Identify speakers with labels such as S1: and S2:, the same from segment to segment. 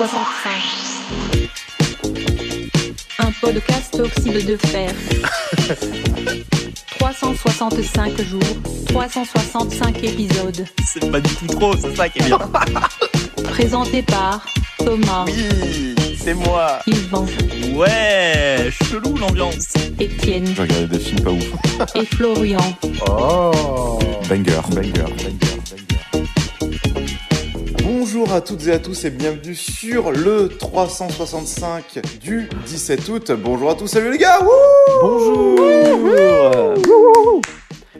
S1: 365. Un podcast oxyde de fer. 365 jours, 365 épisodes.
S2: C'est pas du tout trop, c'est ça qui est bien.
S1: Présenté par Thomas,
S2: Oui, c'est moi.
S1: Yvan,
S2: Ouais, chelou l'ambiance.
S1: Étienne
S3: J'ai regardé des films pas ouf.
S1: et Florian.
S3: Banger, banger, banger, banger.
S4: Bonjour à toutes et à tous et bienvenue sur le 365 du 17 août. Bonjour à tous, salut les gars wouh
S5: Bonjour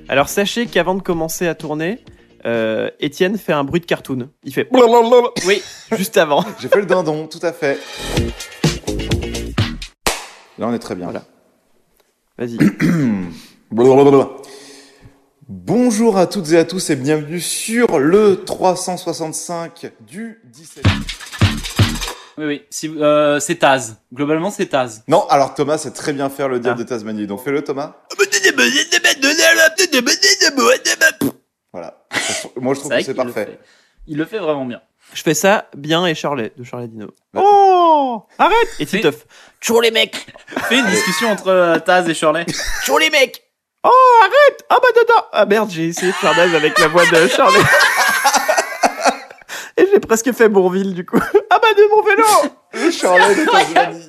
S5: Alors sachez qu'avant de commencer à tourner, euh, Étienne fait un bruit de cartoon. Il fait blablabla. oui, juste avant.
S4: J'ai fait le dindon, tout à fait. Là on est très bien.
S5: Voilà. Vas-y.
S4: Blablabla. Bonjour à toutes et à tous et bienvenue sur le 365 du 17 août.
S6: Oui, oui. Si, vous- euh, c'est Taz. Globalement, c'est Taz.
S4: Non, alors Thomas sait très bien faire le diable
S5: Ah.
S4: de Tasmanie, donc fais-le Thomas. Voilà. Moi je trouve que
S6: vrai
S4: c'est
S6: qu'il le
S4: parfait.
S6: fait. Il le fait vraiment bien.
S5: Je fais ça bien et Charlet de Charlet Dino.
S4: Vas-y.
S5: Oh Arrête Et
S6: Fais-
S5: Titeuf. Toujours les mecs
S6: Fais une discussion entre euh, Taz et Shirley.
S5: Toujours les mecs Oh arrête Ah bah dedans Ah merde, j'ai essayé de faire Daz avec la voix de Charlet. et j'ai presque fait Bourville du coup. Ah bah de mon vélo
S4: Le Charlotte de Tasmanie.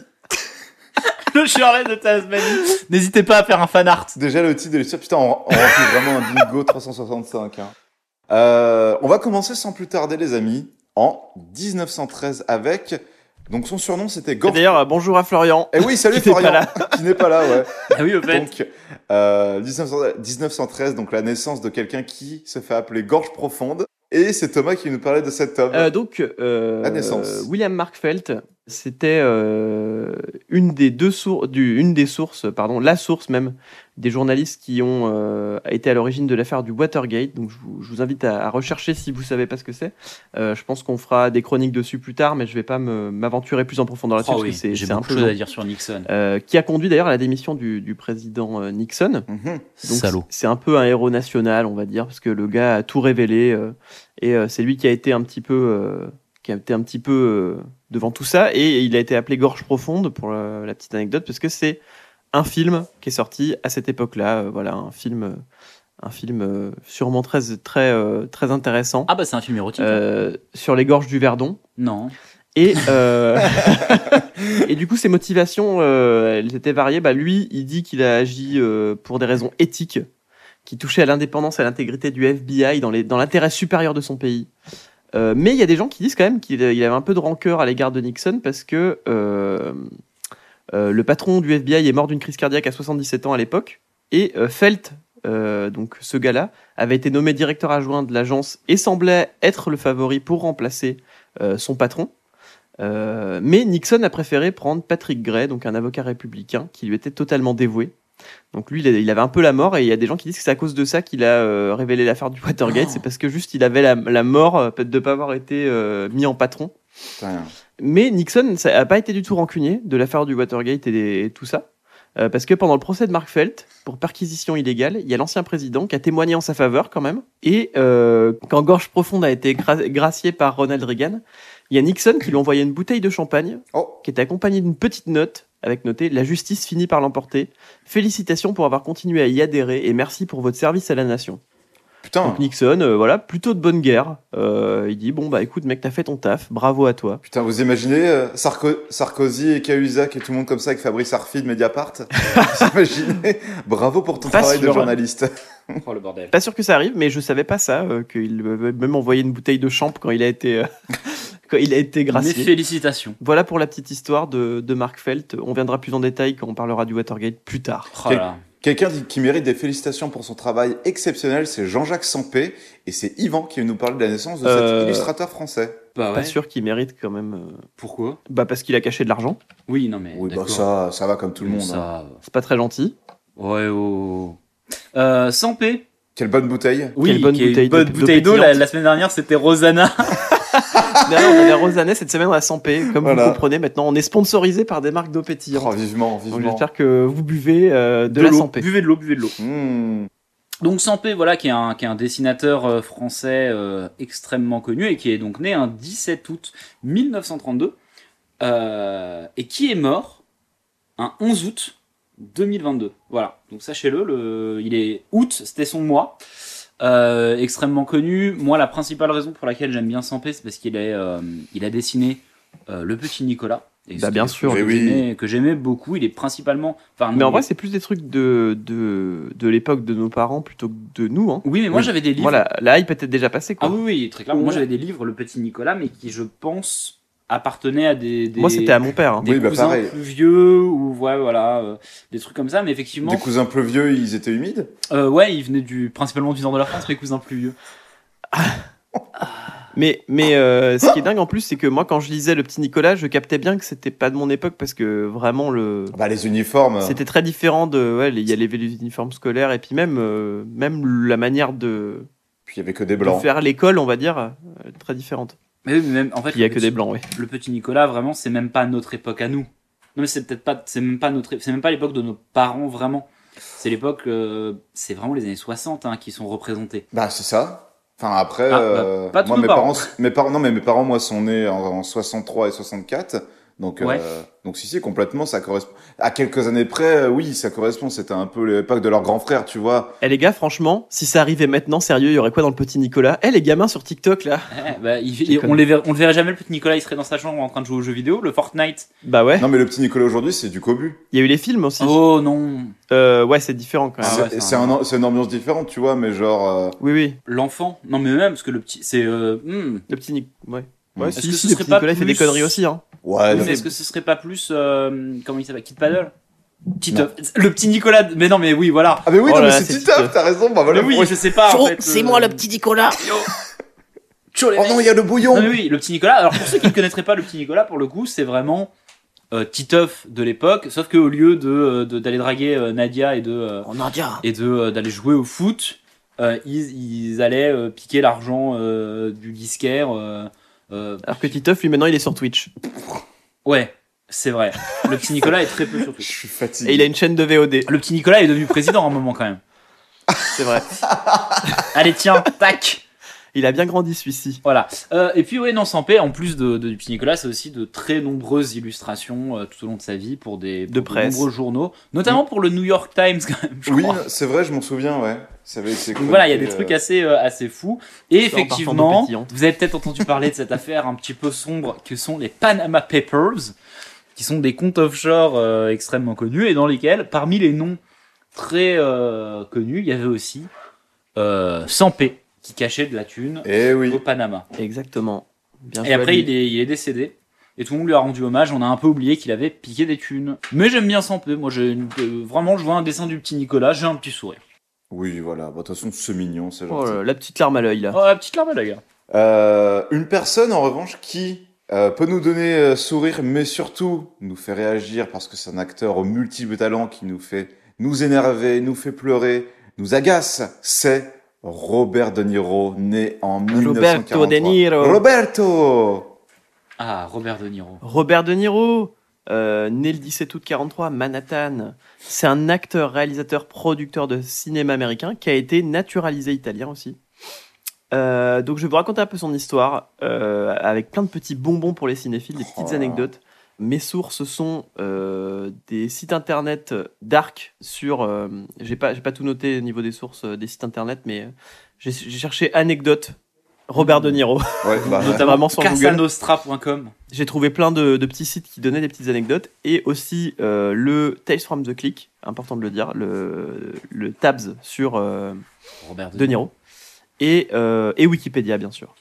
S6: Le Shirley de Tasmanie. N'hésitez pas à faire un fan art.
S4: Déjà, le titre de l'épisode, putain, on, on remplit vraiment un bingo 365. hein. Euh, on va commencer sans plus tarder, les amis, en 1913 avec. Donc, son surnom, c'était
S5: Et
S4: Gorf.
S5: D'ailleurs, euh, bonjour à Florian.
S4: Eh oui, salut
S5: qui n'est pas
S4: Florian,
S5: là.
S4: qui n'est pas là, ouais.
S6: Ah oui, au fait.
S4: Donc, euh, 1913, 1913, donc la naissance de quelqu'un qui se fait appeler Gorge Profonde. Et c'est Thomas qui nous parlait de cet homme.
S5: Euh, donc, euh,
S4: La naissance.
S5: euh, William Markfelt, c'était euh, une des deux sources, du, une des sources, pardon, la source même des journalistes qui ont euh, été à l'origine de l'affaire du Watergate. Donc, je vous, je vous invite à, à rechercher si vous savez pas ce que c'est. Euh, je pense qu'on fera des chroniques dessus plus tard, mais je vais pas me- m'aventurer plus en profondeur là-dessus
S6: Oh
S5: parce
S6: oui,
S5: que c'est-
S6: j'ai
S5: c'est un
S6: beaucoup
S5: peu
S6: de choses à
S5: long.
S6: dire sur Nixon.
S5: Euh, qui a conduit d'ailleurs à la démission du, du président euh, Nixon.
S4: Mhm.
S5: Donc,
S6: Salaud.
S5: C'est un peu un héros national, on va dire, parce que le gars a tout révélé euh, et euh, c'est lui qui a été un petit peu, euh, qui a été un petit peu euh, devant tout ça et il a été appelé Gorge profonde pour la, la petite anecdote parce que c'est un film qui est sorti à cette époque-là, euh, voilà, un film, euh, un film euh, sûrement très très euh, très intéressant
S6: Ah bah c'est un film érotique.
S5: euh, sur les gorges du Verdon.
S6: Non.
S5: Et, euh, et du coup, ses motivations, euh, elles étaient variées. Bah, lui, il dit qu'il a agi euh, pour des raisons éthiques, qui touchaient à l'indépendance et à l'intégrité du FBI dans les- dans l'intérêt supérieur de son pays. Euh, mais il y a des gens qui disent quand même qu'il euh, il avait un peu de rancœur à l'égard de Nixon parce que euh, euh, le patron du FBI est mort d'une crise cardiaque à 77 ans à l'époque. Et euh, Felt, euh, donc ce gars-là, avait été nommé directeur adjoint de l'agence et semblait être le favori pour remplacer euh, son patron. Euh, mais Nixon a préféré prendre Patrick Gray, donc un avocat républicain qui lui était totalement dévoué. Donc lui, il a- il avait un peu la mort, et il y a des gens qui disent que c'est à cause de ça qu'il a euh, révélé l'affaire du Watergate.
S6: Oh.
S5: C'est parce que juste il avait la, la mort euh, de ne pas avoir été euh, mis en patron.
S4: Putain.
S5: Mais Nixon, ça n'a pas été du tout rancunier de l'affaire du Watergate et, des- et tout ça. Euh, parce que pendant le procès de Mark Felt, pour perquisition illégale, il y a l'ancien président qui a témoigné en sa faveur quand même. Et euh, quand Gorge Profonde a été gra- gracié par Ronald Reagan, il y a Nixon qui lui a envoyé une bouteille de champagne
S4: Oh,
S5: qui était accompagnée d'une petite note avec noté La justice finit par l'emporter. Félicitations pour avoir continué à y adhérer et merci pour votre service à la nation.
S4: putain.
S5: Donc Nixon, euh, voilà, plutôt de bonne guerre. Euh, il dit Bon, bah écoute, mec, t'as fait ton taf, bravo à toi.
S4: Putain, vous imaginez euh, Sarko- Sarkozy et Cahuzac et tout le monde comme ça avec Fabrice Arfi de Mediapart Vous imaginez Bravo pour ton
S5: Pas
S4: travail de
S5: sûr. hein.
S4: journaliste.
S6: Oh le bordel.
S5: Pas sûr que ça arrive, mais je savais pas ça, euh, qu'il m'avait même envoyé une bouteille de champ quand il a été, euh, quand il a été
S6: Mes
S5: gracié.
S6: félicitations.
S5: Voilà pour la petite histoire de, de Mark Felt. On viendra plus en détail quand on parlera du Watergate plus tard.
S6: Oh là là.
S4: Quelqu'un dit- qui mérite des félicitations pour son travail exceptionnel, c'est Jean-Jacques Sampé, et c'est Yvan qui nous parle de la naissance de
S5: Euh,
S4: cet illustrateur français.
S6: Bah
S5: Pas
S6: ouais.
S5: sûr qu'il mérite quand même. euh,
S6: Pourquoi
S5: Bah parce qu'il a caché de l'argent.
S6: Oui, non mais.
S4: Oui, bah
S6: d'accord.
S4: ça, ça va comme tout le monde. hein.
S6: Ça. euh,
S5: C'est pas très gentil.
S6: Ouais, oh. Euh, sans paix.
S4: Quelle bonne bouteille
S6: Oui,
S5: Quelle bonne
S6: qui est une
S5: bouteille
S6: bonne
S5: d'eau- d'eau
S6: bouteille d'eau. La,
S5: pétillante.
S6: la semaine dernière, c'était Rosanna.
S5: D'ailleurs, on avait Rosanet cette semaine on a 100 p Comme
S4: Voilà.
S5: vous comprenez maintenant, on est sponsorisé par des marques d'eau pétillantes.
S4: Oh, vivement,
S5: Donc
S4: vivement.
S5: j'espère que vous buvez euh, de, la
S6: l'eau.
S5: 100p.
S6: Buvez de l'eau, buvez de l'eau.
S4: Hmm.
S6: Donc Sampé, voilà, qui est un, qui est un dessinateur euh, français euh, extrêmement connu et qui est donc né un 17 août 1932 euh, et qui est mort un 11 août 2022. Voilà, donc sachez-le, le, il est août, c'était son mois. Euh, extrêmement connu. Moi, la principale raison pour laquelle j'aime bien Sampé, c'est parce qu'il est, euh, il a dessiné euh, le petit Nicolas. Et
S5: Bah,
S6: c'est
S5: bien
S6: quelque
S5: sûr.
S6: chose
S4: Eh
S6: que
S4: oui.
S6: j'aimais- que j'aimais beaucoup. Il est principalement. Enfin,
S5: Mais en
S6: il-
S5: vrai, c'est plus des trucs de, de, de l'époque de nos parents plutôt que de nous. Hein.
S6: oui, mais moi
S5: Oui.
S6: j'avais des livres.
S5: Voilà, la hype était déjà passée. Quoi.
S6: Ah oui, oui, très clairement. Moi,
S5: Ouais.
S6: j'avais des livres, Le Petit Nicolas, mais qui, je pense, appartenaient à des. des
S5: Moi, c'était à mon père. hein.
S6: Des
S4: Oui, bah,
S6: cousins
S4: pareil.
S6: plus vieux, ou ouais, voilà, euh, des trucs comme ça, mais effectivement,
S4: Des cousins pluvieux, ils étaient humides
S6: euh, ouais, ils venaient du, principalement du nord de la France, mes cousins plus vieux.
S5: Mais, mais euh, ce qui est dingue en plus, c'est que moi, quand je lisais Le Petit Nicolas, je captais bien que c'était pas de mon époque parce que vraiment, le...
S4: Bah, les uniformes.
S5: c'était très différent de. ouais, les- Il y avait les uniformes scolaires et puis même, euh, même la manière de,
S4: Puis il y avait que des
S5: de
S4: blancs.
S5: faire l'école, on va dire, euh, très différente.
S6: Mais oui, mais même, en fait,
S5: Puis il y a
S6: le
S5: que
S6: petit-
S5: des blancs, oui.
S6: Le Petit Nicolas, vraiment, c'est même pas notre époque à nous. Non, mais c'est peut-être pas, c'est même pas notre, c'est même pas l'époque de nos parents, vraiment. C'est l'époque, euh, c'est vraiment les années 60 hein, qui sont représentés.
S4: Bah, c'est ça. Enfin, après,
S6: Ah, bah,
S4: euh,
S6: pas tous
S4: moi,
S6: nos
S4: mes
S6: parents.
S4: parents, mes parents, non, mais mes parents, moi, sont nés en, en 63 et 64. Donc,
S6: Ouais.
S4: euh, donc, si, si, complètement, ça correspond. À quelques années près, euh, oui, ça correspond. C'était un peu l'époque de leur grand frère, tu vois.
S5: Eh les gars, franchement, si ça arrivait maintenant, sérieux, il y aurait quoi dans le petit Nicolas Eh les gamins sur TikTok là
S6: Eh, bah, il-
S5: Je déconne.
S6: on, les verra- on le verrait jamais, le petit Nicolas, il serait dans sa chambre en train de jouer aux jeux vidéo. Le Fortnite.
S5: Bah ouais,
S4: Non, mais le petit Nicolas aujourd'hui, c'est du cobu.
S5: il y a eu les films aussi.
S6: Oh non.
S5: Euh, ouais, c'est différent quand même.
S6: Ah ouais,
S4: C'est-
S6: c'est
S4: c'est
S6: un-
S4: un- c'est une ambiance différente, tu vois, mais genre, euh,
S5: Oui, oui,
S6: L'enfant. Non, mais même, parce que le petit. C'est. euh, hmm.
S5: le petit Nicolas. Ouais.
S4: Mm.
S5: Ouais,
S4: Est-ce
S5: si,
S6: que
S5: si,
S6: ce
S5: le
S6: serait
S5: petit
S6: pas
S5: Nicolas il fait des
S6: plus-
S5: conneries aussi. Hein.
S4: ouais,
S6: Mais
S4: Ah, non,
S6: est-ce que ce serait pas plus. euh, comment il s'appelle Kid Paddle Petit
S4: Non.
S6: œuf. Le petit Nicolas. de- Mais non, mais oui, voilà.
S4: Ah mais oui,
S5: Oh
S4: non, mais
S5: là là,
S4: c'est
S5: c'est
S4: Titeuf,
S5: Titeuf.
S4: t'as raison. Bah voilà.
S6: mais oui,
S4: moi,
S6: je sais pas. en
S7: Tcho,
S6: fait,
S7: c'est
S6: euh,
S7: moi le petit Nicolas.
S6: Tcho, les
S4: Oh non, il y a le bouillon.
S6: Non, mais oui, le petit Nicolas. Alors, pour ceux qui ne connaîtraient pas le petit Nicolas, pour le coup, c'est vraiment euh, Titeuf de l'époque, sauf qu'au lieu d'aller de, de- d'aller draguer euh, Nadia et de euh,
S7: On en dira.
S6: et de euh, d'aller jouer au foot, euh, ils, ils allaient euh, piquer l'argent euh, du disquaire. euh, euh,
S5: Alors que Titeuf, lui maintenant, il est sur Twitch.
S6: ouais, c'est vrai. Le petit Nicolas est très peu sur
S4: Je
S6: Twitch.
S4: suis fatigué.
S5: Et il a une chaîne de VOD,
S6: Le petit Nicolas est devenu président à un moment quand même.
S5: c'est vrai.
S6: Allez, tiens, tac
S5: Il a bien grandi celui-ci.
S6: Voilà. Euh, et puis, ouais, non, sans paix, en plus de, de- du petit Nicolas, c'est aussi de très nombreuses illustrations euh, tout au long de sa vie pour des pour
S5: De presse.
S6: nombreux journaux, notamment pour le New York Times, quand même, je
S4: Oui,
S6: crois.
S4: c'est vrai, je m'en souviens, ouais. Ça avait été
S6: Donc voilà, il y a des
S4: chroniqué,
S6: trucs
S4: euh,
S6: assez, euh, assez fous. Et
S5: Sans parfum d'eau
S6: effectivement,
S5: pétillante.
S6: vous avez peut-être entendu parler de cette affaire un petit peu sombre que sont les Panama Papers, qui sont des comptes offshore euh, extrêmement connus et dans lesquels, parmi les noms très euh, connus, il y avait aussi euh, Sampé, qui cachait de la thune
S4: Eh oui.
S6: au Panama.
S5: Exactement. Bien
S6: Et
S5: joué à
S6: après,
S5: lui.
S6: il est, il est décédé. Et tout le monde lui a rendu hommage. On a un peu oublié qu'il avait piqué des thunes. Mais j'aime bien Sampé. Moi, j'ai une- euh, vraiment, je vois un dessin du petit Nicolas, j'ai un petit sourire.
S4: Oui, voilà. Bah, De toute façon, c'est mignon, c'est
S5: Oh
S4: gentil.
S5: là là, la petite larme à l'œil là.
S6: Oh, la petite larme à l'œil.
S4: Euh, une personne, en revanche, qui euh, peut nous donner euh, sourire, mais surtout nous fait réagir parce que c'est un acteur aux multiples talents qui nous fait nous énerver, nous fait pleurer, nous agace, c'est Robert De Niro, né en 1943.
S5: Roberto De Niro.
S4: Roberto
S6: Ah, Robert De Niro.
S5: Robert De Niro, euh, né le 17 août 43 à Manhattan, c'est un acteur, réalisateur, producteur de cinéma américain qui a été naturalisé italien aussi. Euh, donc je vais vous raconter un peu son histoire euh, avec plein de petits bonbons pour les cinéphiles, des
S4: Oh là
S5: petites
S4: là.
S5: anecdotes. Mes sources sont euh, des sites internet dark sur. euh, j'ai pas j'ai pas tout noté au niveau des sources euh, des sites internet, mais euh, j'ai j'ai cherché anecdotes Robert De Niro.
S4: Ouais, bah,
S5: Notamment sur Google.
S6: Casanostra.com.
S5: J'ai trouvé plein de, de petits sites qui donnaient des petites anecdotes et aussi euh, le Tales from the Click, important de le dire, le, le Tabs sur euh,
S6: Robert
S5: De Niro et, euh, et Wikipédia bien sûr.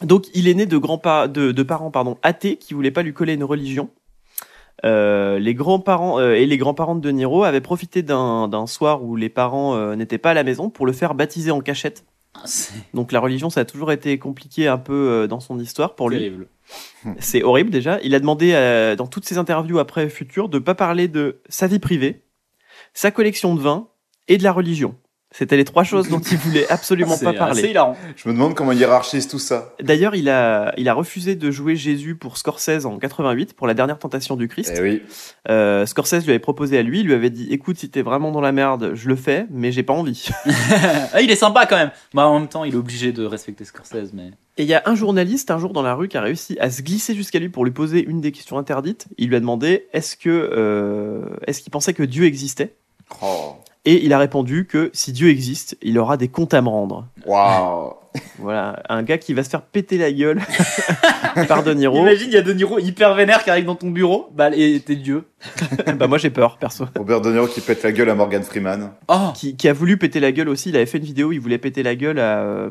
S5: Donc il est né de, grands pa- de, de parents pardon, athées qui voulaient pas lui coller une religion. Euh, les grands-parents euh, et les grands-parents de De Niro avaient profité d'un d'un soir où les parents euh, n'étaient pas à la maison pour le faire baptiser en cachette.
S6: C'est
S5: Donc la religion, ça a toujours été compliqué un peu euh, dans son histoire pour lui.
S6: terrible.
S5: C'est horrible déjà. Il a demandé euh, dans toutes ses interviews après Futur de pas parler de sa vie privée, sa collection de vins et de la religion. C'était les trois choses dont il voulait absolument
S6: C'est
S5: pas
S6: assez
S5: parler.
S6: hilarant.
S4: Je me demande comment il hiérarchise tout ça.
S5: D'ailleurs, il a, il a refusé de jouer Jésus pour Scorsese en 88, pour la dernière tentation du Christ.
S4: Eh oui.
S5: Euh, Scorsese lui avait proposé à lui, il lui avait dit écoute, si t'es vraiment dans la merde, je le fais, mais j'ai pas envie. Euh,
S6: Ah, il est sympa quand même. Bah, en même temps, il est obligé de respecter Scorsese, mais.
S5: Et il y a un journaliste un jour dans la rue qui a réussi à se glisser jusqu'à lui pour lui poser une des questions interdites. Il lui a demandé est-ce que euh, est-ce qu'il pensait que Dieu existait
S4: Oh.
S5: Et il a répondu que si Dieu existe, il aura des comptes à me rendre.
S4: Waouh.
S5: Voilà, un gars qui va se faire péter la gueule par De Niro.
S6: Imagine, il y a De Niro hyper vénère qui arrive dans ton bureau. Bah, et t'es Dieu.
S5: bah moi j'ai peur perso.
S4: Robert De Niro qui pète la gueule à Morgan Freeman.
S6: Oh,
S5: Qui, qui a voulu péter la gueule aussi. Il avait fait une vidéo où il voulait péter la gueule à euh,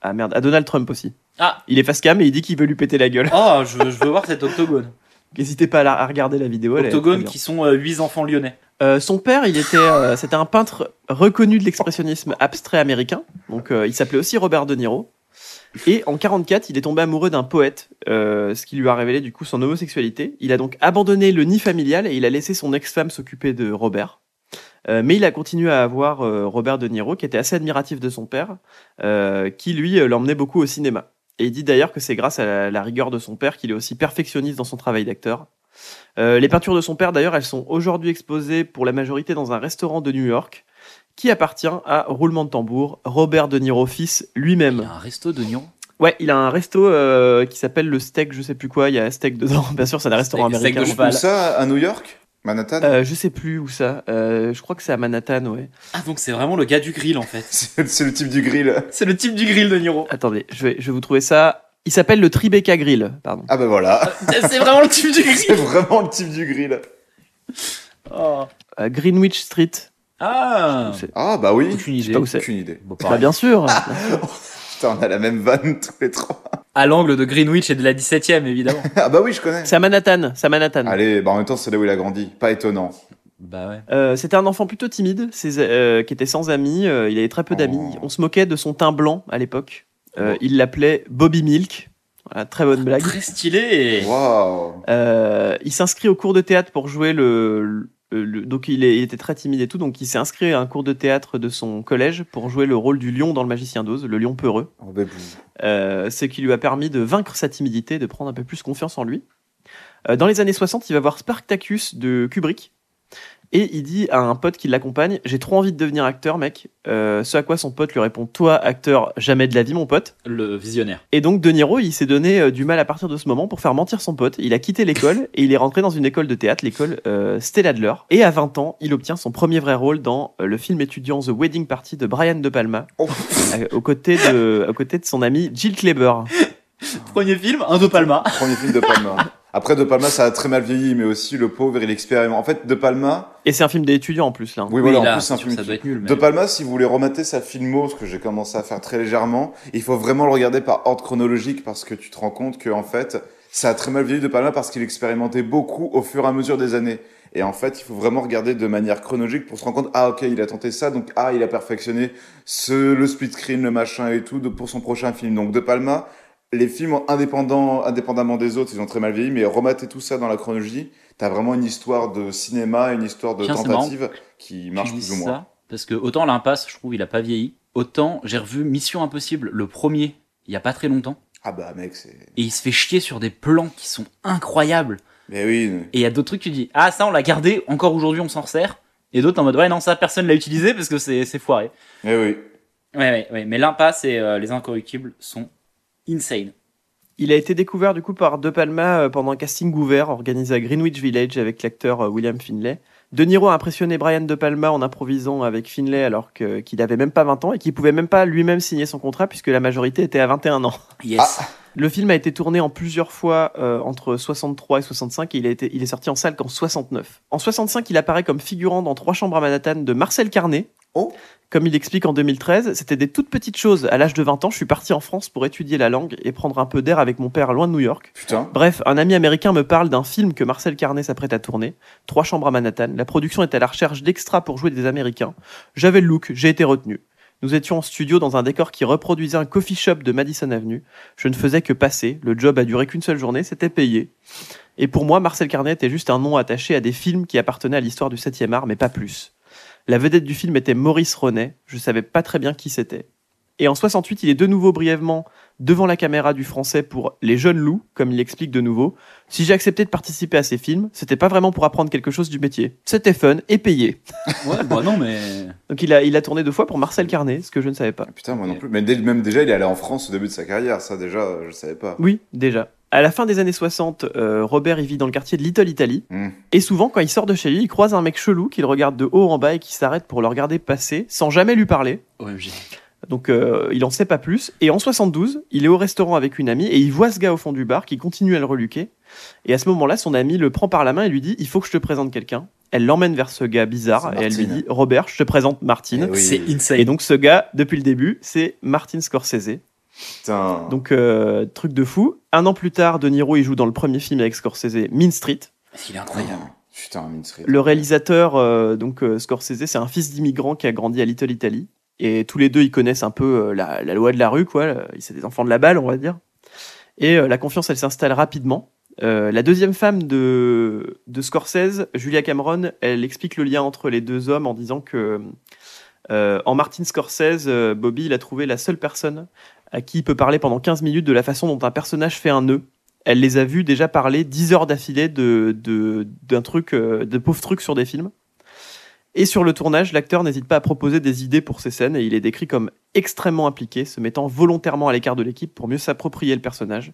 S5: à merde à Donald Trump aussi.
S6: Ah.
S5: Il est face cam et il dit qu'il veut lui péter la gueule.
S6: oh je, veux- je veux voir cet octogone.
S5: N'hésitez pas à, la- à regarder la vidéo. elle est très
S6: octogone
S5: bien.
S6: qui sont euh, huit enfants lyonnais.
S5: Euh, son père, il était, euh, c'était un peintre reconnu de l'expressionnisme abstrait américain. Donc, euh, il s'appelait aussi Robert De Niro. Et en 44, il est tombé amoureux d'un poète, euh, ce qui lui a révélé du coup son homosexualité. Il a donc abandonné le nid familial et il a laissé son ex-femme s'occuper de Robert. Euh, mais il a continué à avoir euh, Robert De Niro, qui était assez admiratif de son père, euh, qui lui euh, l'emmenait beaucoup au cinéma. Et il dit d'ailleurs que c'est grâce à la, la rigueur de son père qu'il est aussi perfectionniste dans son travail d'acteur. Euh, les peintures de son père, d'ailleurs, elles sont aujourd'hui exposées pour la majorité dans un restaurant de New York qui appartient à Roulement de Tambour, Robert De Niro fils
S6: Il y
S5: lui-même.
S6: a un resto de Niro.
S5: Ouais, il a un resto euh, qui s'appelle le Steak, je sais plus quoi, il y a steak dedans. Bien sûr, c'est un restaurant
S6: Steak- steak
S5: américain.
S6: de
S5: Je
S6: cheval.
S4: Tout ça à New York Manhattan
S5: euh, je sais plus où ça. Euh, je crois que c'est à Manhattan, ouais.
S6: Ah, donc c'est vraiment le gars du grill en fait.
S4: C'est c'est le type du grill.
S6: C'est le type du grill de Niro.
S5: Attendez, je vais, je vais vous trouver ça. Il s'appelle le Tribeca Grill, pardon.
S4: Ah bah voilà.
S6: Euh, c'est vraiment le type du
S4: C'est
S6: grill.
S4: vraiment le type du grill.
S6: Oh.
S5: À Euh, Greenwich Street.
S6: Ah,
S5: C'est-
S4: Ah bah oui.
S6: aucune idée.
S5: pas où c'est.
S4: Aucune idée.
S6: Bon,
S5: Bah,
S6: pareil.
S5: bien sûr.
S4: Putain, on a la même vanne tous les trois.
S6: À l'angle de Greenwich et de la 17 e évidemment.
S4: Ah bah oui, je connais.
S5: c'est à Manhattan. C'est à Manhattan.
S4: Allez, bah en même temps, c'est là où il a grandi. Pas étonnant.
S6: bah ouais.
S5: Euh, c'était un enfant plutôt timide, ses- euh, qui était sans amis, euh, il avait très peu d'amis.
S4: Oh.
S5: On se moquait de son teint blanc à l'époque. Euh,
S6: Oh.
S5: Il l'appelait Bobby Milk. Voilà, très bonne blague.
S6: Très stylé.
S4: Waouh.
S5: Euh, il s'inscrit au cours de théâtre pour jouer le. le- le- donc il, est- il était très timide et tout, donc il s'est inscrit à un cours de théâtre de son collège pour jouer le rôle du lion dans Le Magicien d'Oz, le lion peureux,
S4: Oh, bah, bouh.
S5: Euh, ce qui lui a permis de vaincre sa timidité, et de prendre un peu plus confiance en lui. Euh, dans les années 60, il va voir Spartacus de Kubrick. Et il dit à un pote qui l'accompagne J'ai trop envie de devenir acteur, mec. Euh, ce à quoi son pote lui répond Toi, acteur, jamais de la vie, mon pote.
S6: Le visionnaire.
S5: Et donc De Niro, il s'est donné euh, du mal à partir de ce moment pour faire mentir son pote. Il a quitté l'école et il est rentré dans une école de théâtre, l'école euh, Stella Adler. Et à 20 ans, il obtient son premier vrai rôle dans euh, le film étudiant The Wedding Party de Brian De Palma,
S4: Oh.
S5: euh, aux, côtés de, aux côtés de son ami Jill Kleber.
S6: Premier film, un De Palma.
S4: Premier film de Palma. Après, De Palma, ça a très mal vieilli, mais aussi le pauvre, il expérimente. En fait, De Palma,
S5: Et c'est un film d'étudiant en plus, là. hein.
S4: oui, voilà,
S6: là,
S4: en plus, c'est un film.
S6: ça doit
S4: qui-
S6: être nul. mais-
S4: De Palma, si vous voulez remater sa filmo, ce que j'ai commencé à faire très légèrement, il faut vraiment le regarder par ordre chronologique parce que tu te rends compte que, en fait, ça a très mal vieilli De Palma parce qu'il expérimentait beaucoup au fur et à mesure des années. Et en fait, il faut vraiment regarder de manière chronologique pour se rendre compte, ah ok, il a tenté ça, donc ah, il a perfectionné ce, le split screen, le machin et tout de- pour son prochain film. Donc De Palma, les films indépendants, indépendamment des autres, ils ont très mal vieilli, mais remater tout ça dans la chronologie, t'as vraiment une histoire de cinéma, une histoire de
S6: Tiens, c'est
S4: tentative qui
S6: Tu
S4: marche
S6: dis
S4: plus ou
S6: ça,
S4: moins.
S6: Parce que autant l'impasse, je trouve, il a pas vieilli. Autant j'ai revu Mission Impossible, le premier, il y a pas très longtemps.
S4: Ah bah mec, c'est...
S6: Et il se fait chier sur des plans qui sont incroyables.
S4: Mais oui,
S6: Et il y a d'autres trucs, tu dis, ah, ça, on l'a gardé, encore aujourd'hui, on s'en sert. Et d'autres en mode, ouais, non, ça, personne l'a utilisé parce que c'est c'est foiré.
S4: mais oui.
S6: Ouais, ouais, ouais. Mais l'impasse et euh, les incorruptibles sont insane.
S5: Il a été découvert du coup par De Palma euh, pendant un casting ouvert organisé à Greenwich Village avec l'acteur euh, William Finlay. De Niro a impressionné Brian De Palma en improvisant avec Finlay alors que- qu'il n'avait même pas 20 ans et qu'il pouvait même pas lui-même signer son contrat puisque la majorité était à 21 ans.
S6: Yes.
S4: Ah.
S5: Le film a été tourné en plusieurs fois euh, entre 63 et 65 et il, a été, il est sorti en salle qu'en 69. En 65, il apparaît comme figurant dans Trois chambres à Manhattan de Marcel Carnet.
S4: Oh.
S5: Comme il explique en 2013, c'était des toutes petites choses. À l'âge de 20 ans, je suis parti en France pour étudier la langue et prendre un peu d'air avec mon père loin de New York.
S4: Putain.
S5: Bref, un ami américain me parle d'un film que Marcel Carnet s'apprête à tourner, Trois chambres à Manhattan. La production est à la recherche d'extras pour jouer des Américains. J'avais le look, j'ai été retenu. Nous étions en studio dans un décor qui reproduisait un coffee shop de Madison Avenue. Je ne faisais que passer, le job a duré qu'une seule journée, c'était payé. Et pour moi, Marcel Carnet était juste un nom attaché à des films qui appartenaient à l'histoire du 7e art, mais pas plus. La vedette du film était Maurice Ronet, je savais pas très bien qui c'était. Et en 68, il est de nouveau brièvement devant la caméra du français pour Les Jeunes Loups, comme il explique de nouveau. Si j'ai accepté de participer à ces films, c'était pas vraiment pour apprendre quelque chose du métier. C'était fun et payé.
S6: Ouais, bah non, mais.
S5: Donc il a, il a tourné deux fois pour Marcel Carnet, ce que je ne savais pas.
S4: Ah, Putain, moi non plus. Mais dès- même déjà, il est allé en France au début de sa carrière. Ça, déjà, je savais pas.
S5: Oui, déjà. À la fin des années 60, euh, Robert y vit dans le quartier de Little Italy.
S4: Mm.
S5: Et souvent, quand il sort de chez lui, il croise un mec chelou qu'il regarde de haut en bas et qui s'arrête pour le regarder passer sans jamais lui parler.
S6: OMG.
S5: Donc euh, il en sait pas plus. Et en 72, il est au restaurant avec une amie et il voit ce gars au fond du bar qui continue à le reluquer. Et à ce moment-là, son amie le prend par la main et lui dit Il faut que je te présente quelqu'un. Elle l'emmène vers ce gars bizarre
S4: C'est
S5: et elle lui
S4: Martine.
S5: dit Robert, je te présente Martine.
S4: Eh oui.
S6: C'est insane.
S5: Et donc ce gars, depuis le début, c'est Martin Scorsese.
S4: Putain.
S5: Donc, euh, truc de fou. Un an plus tard, De Niro, il joue dans le premier film avec Scorsese, Mean Street.
S6: Il est incroyable.
S4: Putain, Putain, Mean Street.
S5: Le réalisateur, euh, donc euh, Scorsese, c'est un fils d'immigrant qui a grandi à Little Italy. Et tous les deux, ils connaissent un peu euh, la, la loi de la rue, quoi. Euh, C'est des enfants de la balle, on va dire. Et euh, la confiance, elle s'installe rapidement. Euh, la deuxième femme de, de Scorsese, Julia Cameron, elle explique le lien entre les deux hommes en disant que euh, en Martin Scorsese, euh, Bobby, il a trouvé la seule personne à qui il peut parler pendant 15 minutes de la façon dont un personnage fait un nœud. Elle les a vus déjà parler 10 heures d'affilée de, de- d'un truc, euh, de pauvres trucs sur des films. Et sur le tournage, l'acteur n'hésite pas à proposer des idées pour ses scènes et il est décrit comme extrêmement impliqué, se mettant volontairement à l'écart de l'équipe pour mieux s'approprier le personnage.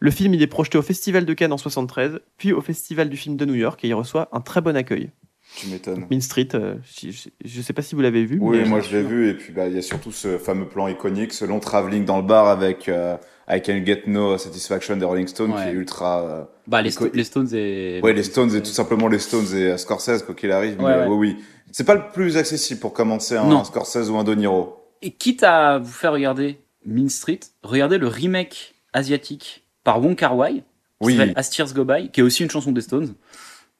S5: Le film, il est projeté au Festival de Cannes en 73, puis au Festival du film de New York et il reçoit un très bon accueil.
S4: Tu m'étonnes.
S5: Mean Street, euh, je, je- je sais pas si vous l'avez vu.
S4: Oui,
S5: mais-
S4: moi je l'ai vu. Et puis, bah, il y a surtout ce fameux plan iconique, ce long travelling dans le bar avec euh, I Can Get No Satisfaction de Rolling Stone qui
S6: Ouais.
S4: est ultra. euh,
S6: Bah, les,
S4: Écoute-
S6: Sto- les Stones et.
S4: Ouais, les Stones et tout simplement les Stones et euh, Scorsese, quoi qu'il arrive.
S6: Ouais,
S4: mais
S6: ouais.
S4: oui, oui. C'est pas le plus accessible pour commencer un,
S6: Non.
S4: un Scorsese ou un De Niro.
S6: Et quitte à vous faire regarder Mean Street, regardez le remake asiatique par Wong Kar Wai, qui
S4: Oui.
S6: s'appelle As Tears Go By, qui est aussi une chanson des Stones.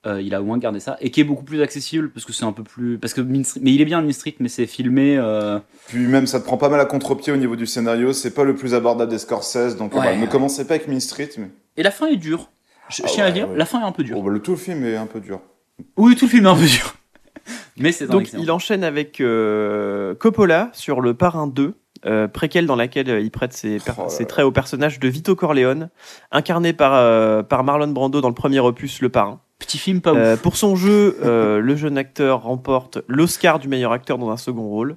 S6: Euh, il a au moins gardé ça et qui est beaucoup plus accessible parce que c'est un peu plus parce que Mean Street, mais il est bien Mean Street, mais c'est filmé. euh,
S4: Puis même, ça te prend pas mal à contre-pied au niveau du scénario. C'est pas le plus abordable des Scorsese. Donc, euh,
S6: Ouais.
S4: bah, ne commencez pas avec Mean Street. Mais...
S6: Et la fin est dure. Je,
S4: Ah
S6: je tiens à
S4: ouais,
S6: dire,
S4: ouais.
S6: la fin est un peu dure.
S4: Oh, bah, le tout le film est un peu dur.
S6: Oui, tout le film est un peu dur. mais c'est un
S5: Donc
S6: excellent.
S5: il enchaîne avec euh, Coppola sur Le Parrain 2, euh, préquel dans laquelle euh, il prête ses, per-
S4: Oh là
S5: ses
S4: là.
S5: traits au personnage de Vito Corleone, incarné par, euh, par Marlon Brando dans le premier opus Le Parrain.
S6: Petit film pas ouf.
S5: Euh, pour son jeu, euh, le jeune acteur remporte l'Oscar du meilleur acteur dans un second rôle.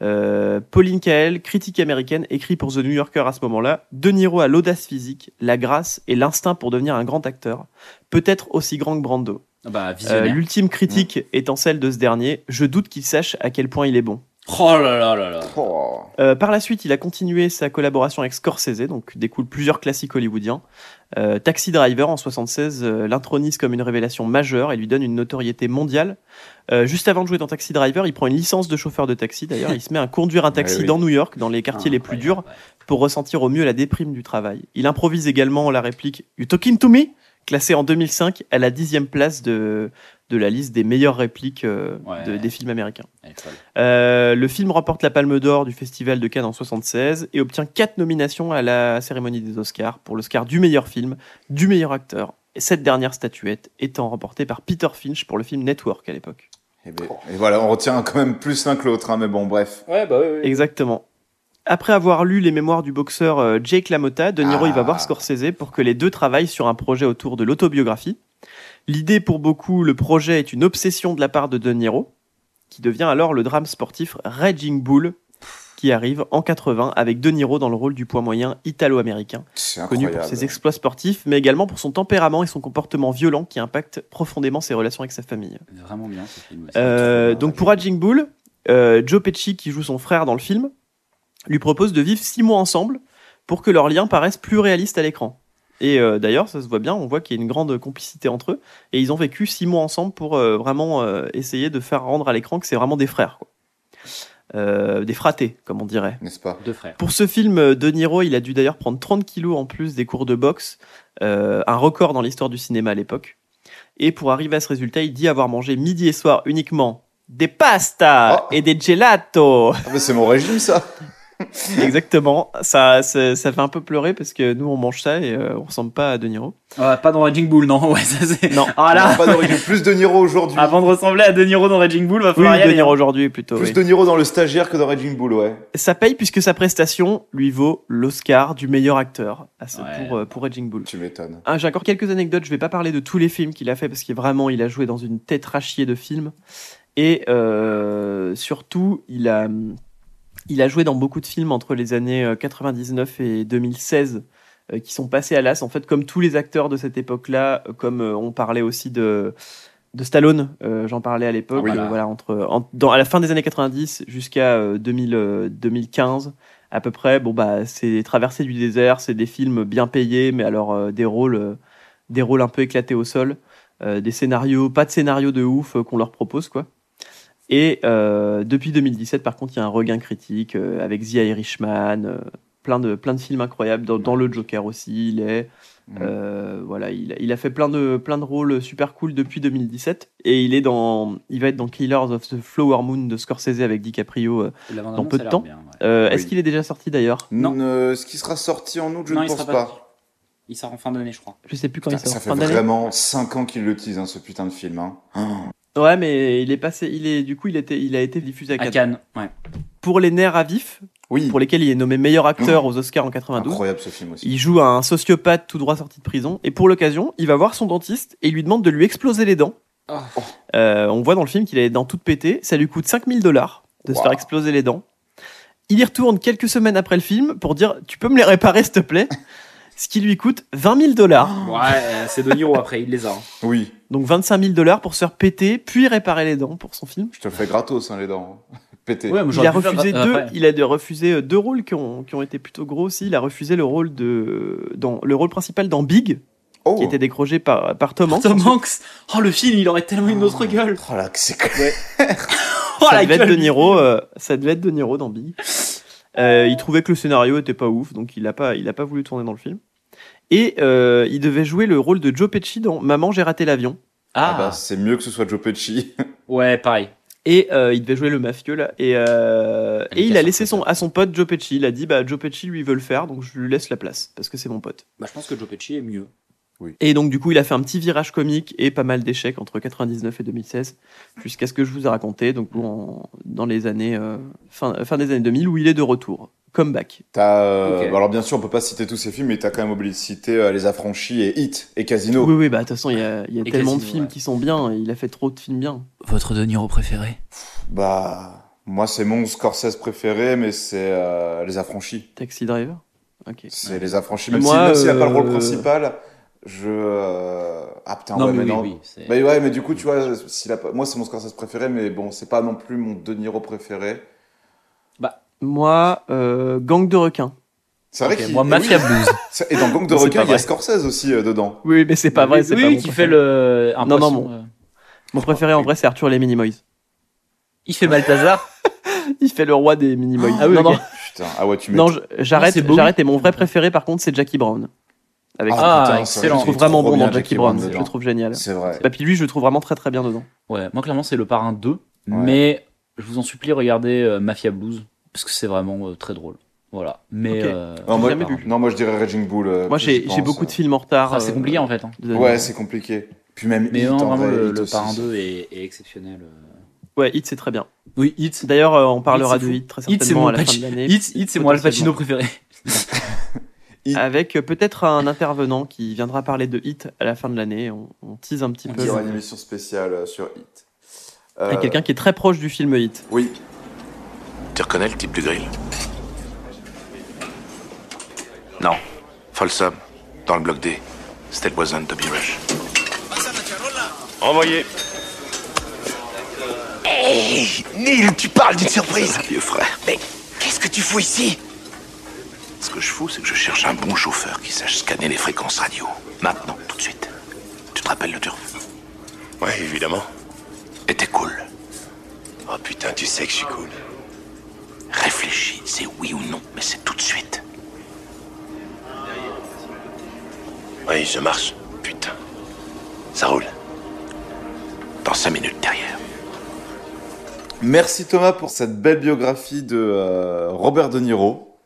S5: Euh, Pauline Kael, critique américaine, écrit pour The New Yorker à ce moment-là. De Niro a l'audace physique, la grâce et l'instinct pour devenir un grand acteur, peut-être aussi grand que Brando.
S6: Ah bah,
S5: Euh,
S6: visionnaire.
S5: L'ultime critique étant celle de ce dernier, je doute qu'il sache à quel point il est bon.
S6: oh là là là là.
S4: Oh.
S5: Euh, par la suite, il a continué sa collaboration avec Scorsese, donc découle plusieurs classiques hollywoodiens. Euh, Taxi Driver en 76 euh, l'intronise comme une révélation majeure et lui donne une notoriété mondiale. Euh, juste avant de jouer dans Taxi Driver, il prend une licence de chauffeur de taxi d'ailleurs. Il se met à conduire un taxi
S4: oui.
S5: dans New York, dans les quartiers les plus durs,
S6: Ah, Incroyable, ouais.
S5: pour ressentir au mieux la déprime du travail. Il improvise également la réplique You talking to me classée en 2005 à la dixième place de, de la liste des meilleures répliques euh,
S6: Ouais.
S5: de- des films américains.
S6: Elle est folle.
S5: Euh, le film remporte la Palme d'Or du Festival de Cannes en 76 et obtient quatre nominations à la cérémonie des Oscars pour l'Oscar du meilleur film, du meilleur acteur, et cette dernière statuette étant remportée par Peter Finch pour le film Network à l'époque.
S4: Et, ben- et voilà, on retient quand même plus l'un que l'autre. hein, mais bon, bref.
S6: Ouais, bah oui, oui.
S5: Exactement. Après avoir lu les mémoires du boxeur euh, Jake LaMotta, De Niro
S4: Ah.
S5: il va voir Scorsese pour que les deux travaillent sur un projet autour de l'autobiographie. L'idée pour beaucoup, le projet est une obsession de la part de De Niro, qui devient alors le drame sportif Raging Bull, qui arrive en 80 avec De Niro dans le rôle du poids moyen italo-américain,
S4: C'est
S5: connu
S4: incroyable.
S5: pour ses exploits sportifs, mais également pour son tempérament et son comportement violent qui impacte profondément ses relations avec sa famille.
S6: Vraiment bien ce film. aussi.
S5: Euh, donc pour Raging Bull, euh, Joe Pesci, qui joue son frère dans le film, lui propose de vivre six mois ensemble pour que leur lien paraisse plus réaliste à l'écran. Et euh, d'ailleurs, ça se voit bien, on voit qu'il y a une grande complicité entre eux. Et ils ont vécu six mois ensemble pour euh, vraiment euh, essayer de faire rendre à l'écran que c'est vraiment des frères. quoi. Euh, des fratés, comme on dirait.
S4: N'est-ce pas
S6: Deux frères.
S5: Pour ce film, euh, De Niro, il a dû d'ailleurs prendre 30 kilos en plus des cours de boxe, euh, un record dans l'histoire du cinéma à l'époque. Et pour arriver à ce résultat, il dit avoir mangé midi et soir uniquement des pastas
S4: Oh.
S5: et des gelatos.
S4: Ah, mais C'est mon régime, ça.
S5: Exactement. Ça, ça, ça fait un peu pleurer parce que nous, on mange ça et euh, on ressemble pas à De Niro.
S6: Ah, pas dans Raging Bull, non. Ouais, ça c'est.
S5: Non.
S6: Ah
S4: On
S6: là, Ah,
S4: n'a pas d'origine. Plus de Niro aujourd'hui.
S6: avant de ressembler à De Niro dans Raging Bull, va
S5: Oui,
S6: falloir y
S5: De
S6: aller. hein.
S5: Niro aujourd'hui plutôt.
S4: Plus
S5: bah, oui.
S4: de Niro dans le stagiaire que dans Raging Bull, ouais.
S5: Ça paye puisque sa prestation lui vaut l'Oscar du meilleur acteur à ce-
S6: Ouais.
S5: pour, euh, pour Raging Bull.
S4: Tu m'étonnes.
S5: Ah, J'ai encore quelques anecdotes. Je vais pas parler de tous les films qu'il a fait parce qu'il vraiment il a joué dans une tête rachiée de films. Et euh, surtout, il a, il a joué dans beaucoup de films entre les années euh, 99 et 2016 euh, qui sont passés à l'as. En fait, comme tous les acteurs de cette époque-là, euh, comme euh, on parlait aussi de, de Stallone, euh, j'en parlais à l'époque,
S6: Ah, voilà.
S5: euh, voilà, entre, en- dans, à la fin des années 90 jusqu'à euh, 2000, euh, 2015 à peu près, bon, bah, c'est Traversée du désert, c'est des films bien payés, mais alors euh, des, rôles, euh, des rôles un peu éclatés au sol, euh, des scénarios, pas de scénarios de ouf euh, qu'on leur propose, quoi. Et euh, depuis 2017, par contre, il y a un regain critique euh, avec The Irishman, euh, plein, de, plein de films incroyables. Dans, dans le Joker aussi, il est.
S4: Mm.
S5: Euh, voilà, il, a- il a fait plein de, plein de rôles super cool depuis 2017. Et il, est dans, il va être dans Killers of the Flower Moon de Scorsese avec DiCaprio. euh.
S6: La bande-annonce,
S5: Dans peu
S6: elle
S5: de
S6: a l'air
S5: temps.
S6: bien, ouais.
S5: Euh, Est-ce
S4: Oui.
S5: qu'il est déjà sorti d'ailleurs
S6: Non.
S4: Ne- euh, ce qui sera sorti en août, je
S6: Non,
S4: ne
S6: il
S4: pense
S6: sera
S4: pas.
S6: pas. Il sort en fin d'année, je crois.
S5: Je sais plus quand
S4: Putain,
S5: il sort.
S4: ça fait
S5: Fin d'année
S4: vraiment 5 ans qu'il le tease, hein, ce putain de film. hein.
S5: Ouais, mais il est passé. Il est, du coup, il, était, il a été diffusé à
S6: À
S5: Cannes.
S6: Cannes, ouais.
S5: Pour les nerfs à vif,
S4: Oui,
S5: pour lesquels il est nommé meilleur acteur
S4: Oh.
S5: aux Oscars en 92,
S4: incroyable ce film aussi.
S5: Il joue à un sociopathe tout droit sorti de prison et pour l'occasion, il va voir son dentiste et il lui demande de lui exploser les dents.
S6: Ah.
S5: Euh, on voit dans le film qu'il a les dents toutes pétées. Ça lui coûte 5000 dollars de se
S4: Wow.
S5: faire exploser les dents. Il y retourne quelques semaines après le film pour dire Tu peux me les réparer, s'il te plaît Ce qui lui coûte 20 000 dollars.
S6: Ouais, euh, c'est De Niro après, il les a. hein.
S4: Oui,
S5: Donc 25 000 dollars pour se faire péter puis réparer les dents pour son film.
S4: je te le fais gratos, hein, les dents. hein. Pété.
S6: Ouais, mais
S5: Il
S6: j'aurais
S5: a,
S6: pu faire-
S5: refusé
S6: euh,
S5: deux,
S6: après.
S5: il a de- refusé euh, deux rôles qui ont, qui ont été plutôt gros aussi. Il a refusé le rôle, de, dans, le rôle principal dans Big,
S4: oh,
S5: qui était décroché par, par Tom Hanks.
S6: Tom Hanks Oh, le film, il aurait tellement une autre gueule
S4: oh là, que c'est
S5: Ah.
S6: Oh,
S5: ça
S6: la
S5: devait
S6: gueule
S5: être De Niro, euh, ça devait être De Niro dans Big. Euh, il trouvait que le scénario était pas ouf, donc il a pas, il a pas voulu tourner dans le film. Et euh, il devait jouer le rôle de Joe Pesci dans Maman, j'ai raté l'avion.
S4: Ah,
S6: Ah,
S4: bah, c'est mieux que ce soit Joe Pesci.
S6: Ouais, pareil.
S5: Et euh, il devait jouer le mafieux là. Et, euh,
S6: Elle
S5: et
S6: est
S5: il a
S6: cassante,
S5: laissé son,
S6: cette
S5: à son pote Joe Pesci. Il a dit bah Joe Pesci lui veut le faire, donc je lui laisse la place parce que c'est mon pote.
S6: Bah, je pense que Joe Pesci est mieux.
S5: Et donc du coup il a fait un petit virage comique et pas mal d'échecs entre 99 et 2016 jusqu'à ce que je vous ai raconté. Donc en- dans les années euh, fin, fin des années 2000 où il est de retour, comeback.
S4: T'as, euh,
S6: Ok.
S4: bah, alors, bien sûr, on peut pas citer tous ces films, mais t'as quand même oublié de citer euh, Les Affranchis et Hit et Casino.
S5: Oui, oui, bah de toute façon, il y a, il y a
S6: Et
S5: tellement de
S6: Casino,
S5: films
S6: ouais.
S5: qui sont bien, et il a fait trop de films bien.
S6: Votre De Niro préféré
S4: Bah, moi, c'est mon Scorsese préféré, mais c'est euh, Les Affranchis.
S5: Taxi Driver Ok.
S4: C'est Les Affranchis. Même
S5: Moi,
S4: si- même s'il n'a pas le
S5: euh,
S4: rôle principal, je. euh, Ah putain,
S6: Non,
S4: ouais,
S6: mais
S4: mais
S6: oui,
S4: non.
S6: oui. c'est-
S4: Bah ouais, mais du coup, tu vois, s'il a pas- moi c'est mon Scorsese préféré, mais bon, c'est pas non plus mon De Niro préféré.
S5: Moi, euh, Gang de requins.
S4: C'est vrai
S6: Ok,
S4: qu'il- eh
S6: Moi,
S4: oui,
S6: Mafia Blues.
S4: c'est- Et dans Gang de
S5: Non, c'est
S4: requin,
S5: pas
S4: il y a
S5: vrai.
S4: Scorsese aussi euh, dedans.
S5: Oui, mais c'est pas vrai, c'est
S6: oui,
S5: pas
S6: oui,
S5: mon
S6: qui
S5: préféré.
S6: fait le. un
S5: Non, non,
S6: poisson,
S5: mon-
S6: euh,
S5: Mon préféré en vrai, c'est Arthur et les Minimoys.
S6: Il fait Balthazar
S5: Il fait le roi des Minimoys.
S6: Ah oui,
S5: non,
S6: ok.
S5: non,
S4: Putain, ah ouais, tu mets.
S5: non, je- j'arrête,
S6: Non, c'est beau.
S5: j'arrête. Et mon vrai préféré, par contre, c'est Jackie Brown. Avec
S6: Ah, excellent.
S4: c'est vrai,
S5: je le
S6: il
S5: trouve
S4: est
S5: vraiment
S4: trop
S5: bon
S4: bien,
S5: dans Jackie Brown. Je le
S4: dedans.
S5: trouve génial.
S4: C'est vrai.
S5: Bah, puis lui, je le trouve vraiment très très bien dedans.
S6: Ouais, moi, clairement, c'est le parrain 2. Mais je vous en supplie, regardez euh, Mafia Blues. Parce que c'est vraiment euh, très drôle. Voilà. Mais.
S5: Ok.
S6: euh,
S4: Non,
S5: j'ai
S4: moi,
S5: jamais vu.
S4: non, moi je dirais Raging Bull. euh,
S5: Moi,
S4: plus
S5: j'ai
S4: j'y
S5: j'ai
S4: pense,
S5: beaucoup
S4: euh.
S5: de films en retard.
S6: enfin, c'est
S5: euh,
S6: compliqué en fait. hein.
S5: de-
S4: Ouais, c'est compliqué. Puis même
S6: Mais
S4: Hit,
S6: non,
S4: en
S6: vraiment,
S4: vrai,
S6: le,
S4: Hit
S6: le
S4: aussi,
S6: parrain
S4: c'est-
S6: 2 est, est exceptionnel. euh.
S5: Ouais, Hit, c'est très bien.
S6: Oui, Hit.
S5: D'ailleurs, euh, on parlera
S6: Hit, c'est
S5: de
S6: fou.
S5: Hit très
S6: Hit, c'est
S5: certainement
S6: mon
S5: à la fin
S6: Paci-
S5: de l'année.
S6: Hit, Hit, c'est mon Al Pacino
S5: potentiellement.
S6: préféré.
S5: avec euh, peut-être un intervenant qui viendra parler de Hit à la fin de l'année. On, on tease un petit
S4: On
S5: peu.
S4: dira une émission spéciale euh, sur Hit. Euh,
S5: Avec quelqu'un qui est très proche du film Hit.
S4: Oui,
S7: Tu reconnais le type du grill Non. Folsom, dans le bloc D. C'était le voisin de Toby Rush. Envoyé.
S8: Neil, tu parles d'une surprise
S7: Vieux frère.
S8: Mais qu'est-ce que tu fous ici
S7: Ce que je fous, c'est que je cherche un bon chauffeur qui sache scanner les fréquences radio. Maintenant, tout de suite. Tu te rappelles le turf
S8: Ouais, évidemment.
S7: Et t'es cool.
S8: Oh putain, tu sais que je suis cool.
S7: Réfléchis, c'est oui ou non, mais c'est tout de suite.
S8: Oui, je marche. Putain. Ça roule.
S7: Dans cinq minutes derrière.
S4: Merci Thomas pour cette belle biographie de euh, Robert De Niro.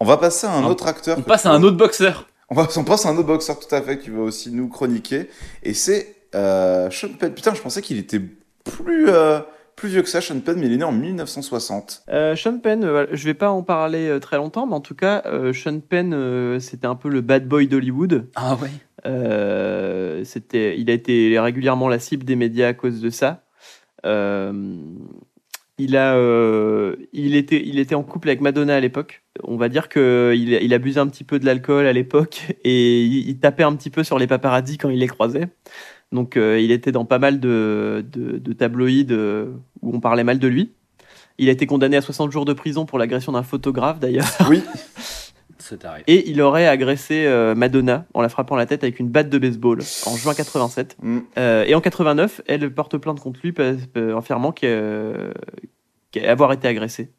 S4: On va passer à un
S6: On-
S4: autre acteur.
S6: On
S4: que
S6: passe à
S4: tu-
S6: un autre boxeur.
S4: On, va, on passe à un autre boxeur tout à fait qui va aussi nous chroniquer. Et c'est euh, Sean Penn. Putain, je pensais qu'il était plus, euh, plus vieux que ça, Sean Penn, mais il est né en 1960.
S5: Euh, Sean Penn, euh, je vais pas en parler euh, très longtemps, mais en tout cas, euh, Sean Penn, euh, c'était un peu le bad boy d'Hollywood.
S6: Ah ouais.
S5: Euh, c'était, il a été régulièrement la cible des médias à cause de ça. Euh, il a, euh, il était, il était en couple avec Madonna à l'époque. On va dire que il, il abusait un petit peu de l'alcool à l'époque et il, il tapait un petit peu sur les paparazzis quand il les croisait. Donc euh, il était dans pas mal de, de, de tabloïds euh, où on parlait mal de lui. Il a été condamné à 60 jours de prison pour l'agression d'un photographe d'ailleurs.
S4: Oui,
S6: Ça t'arrive.
S5: Et il aurait agressé euh, Madonna en la frappant la tête avec une batte de baseball en juin 87.
S4: Mm.
S5: Euh, et en 89, elle porte plainte contre lui parce- euh, en affirmant que, euh, qu'avoir été agressée.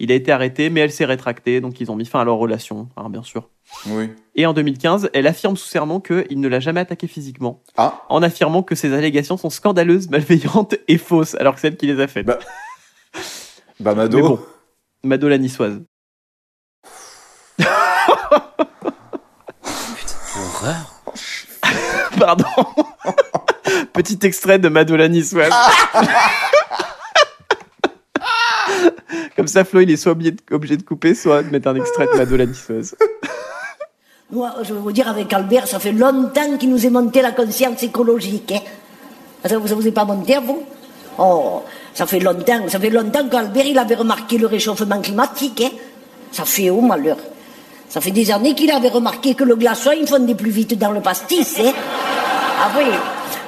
S5: Il a été arrêté, mais elle s'est rétractée, donc ils ont mis fin à leur relation, hein, bien sûr.
S4: oui.
S5: Et en 2015, elle affirme sous serment qu'il ne l'a jamais attaquée physiquement,
S4: Ah,
S5: en affirmant que ses allégations sont scandaleuses, malveillantes et fausses, alors que c'est elle qui les a faites.
S4: Bah, bah Mado.
S5: Mais bon, Mado la niçoise.
S6: Horreur.
S5: Pardon. Petit extrait de Madolani Swab. Comme ça, Flo, il est soit obligé de, obligé de couper, soit de mettre un extrait de Madolani Swab.
S9: Moi, je vais vous dire, avec Albert, ça fait longtemps qu'il nous est monté la conscience écologique. hein. Ah, Ça, vous- ça vous est pas monté, à vous Oh, ça fait longtemps, ça fait longtemps qu'Albert, il avait remarqué le réchauffement climatique. hein. Ça fait au malheur. Ça fait des années qu'il avait remarqué que le glaçon, il fondait plus vite dans le pastis. hein. Ah oui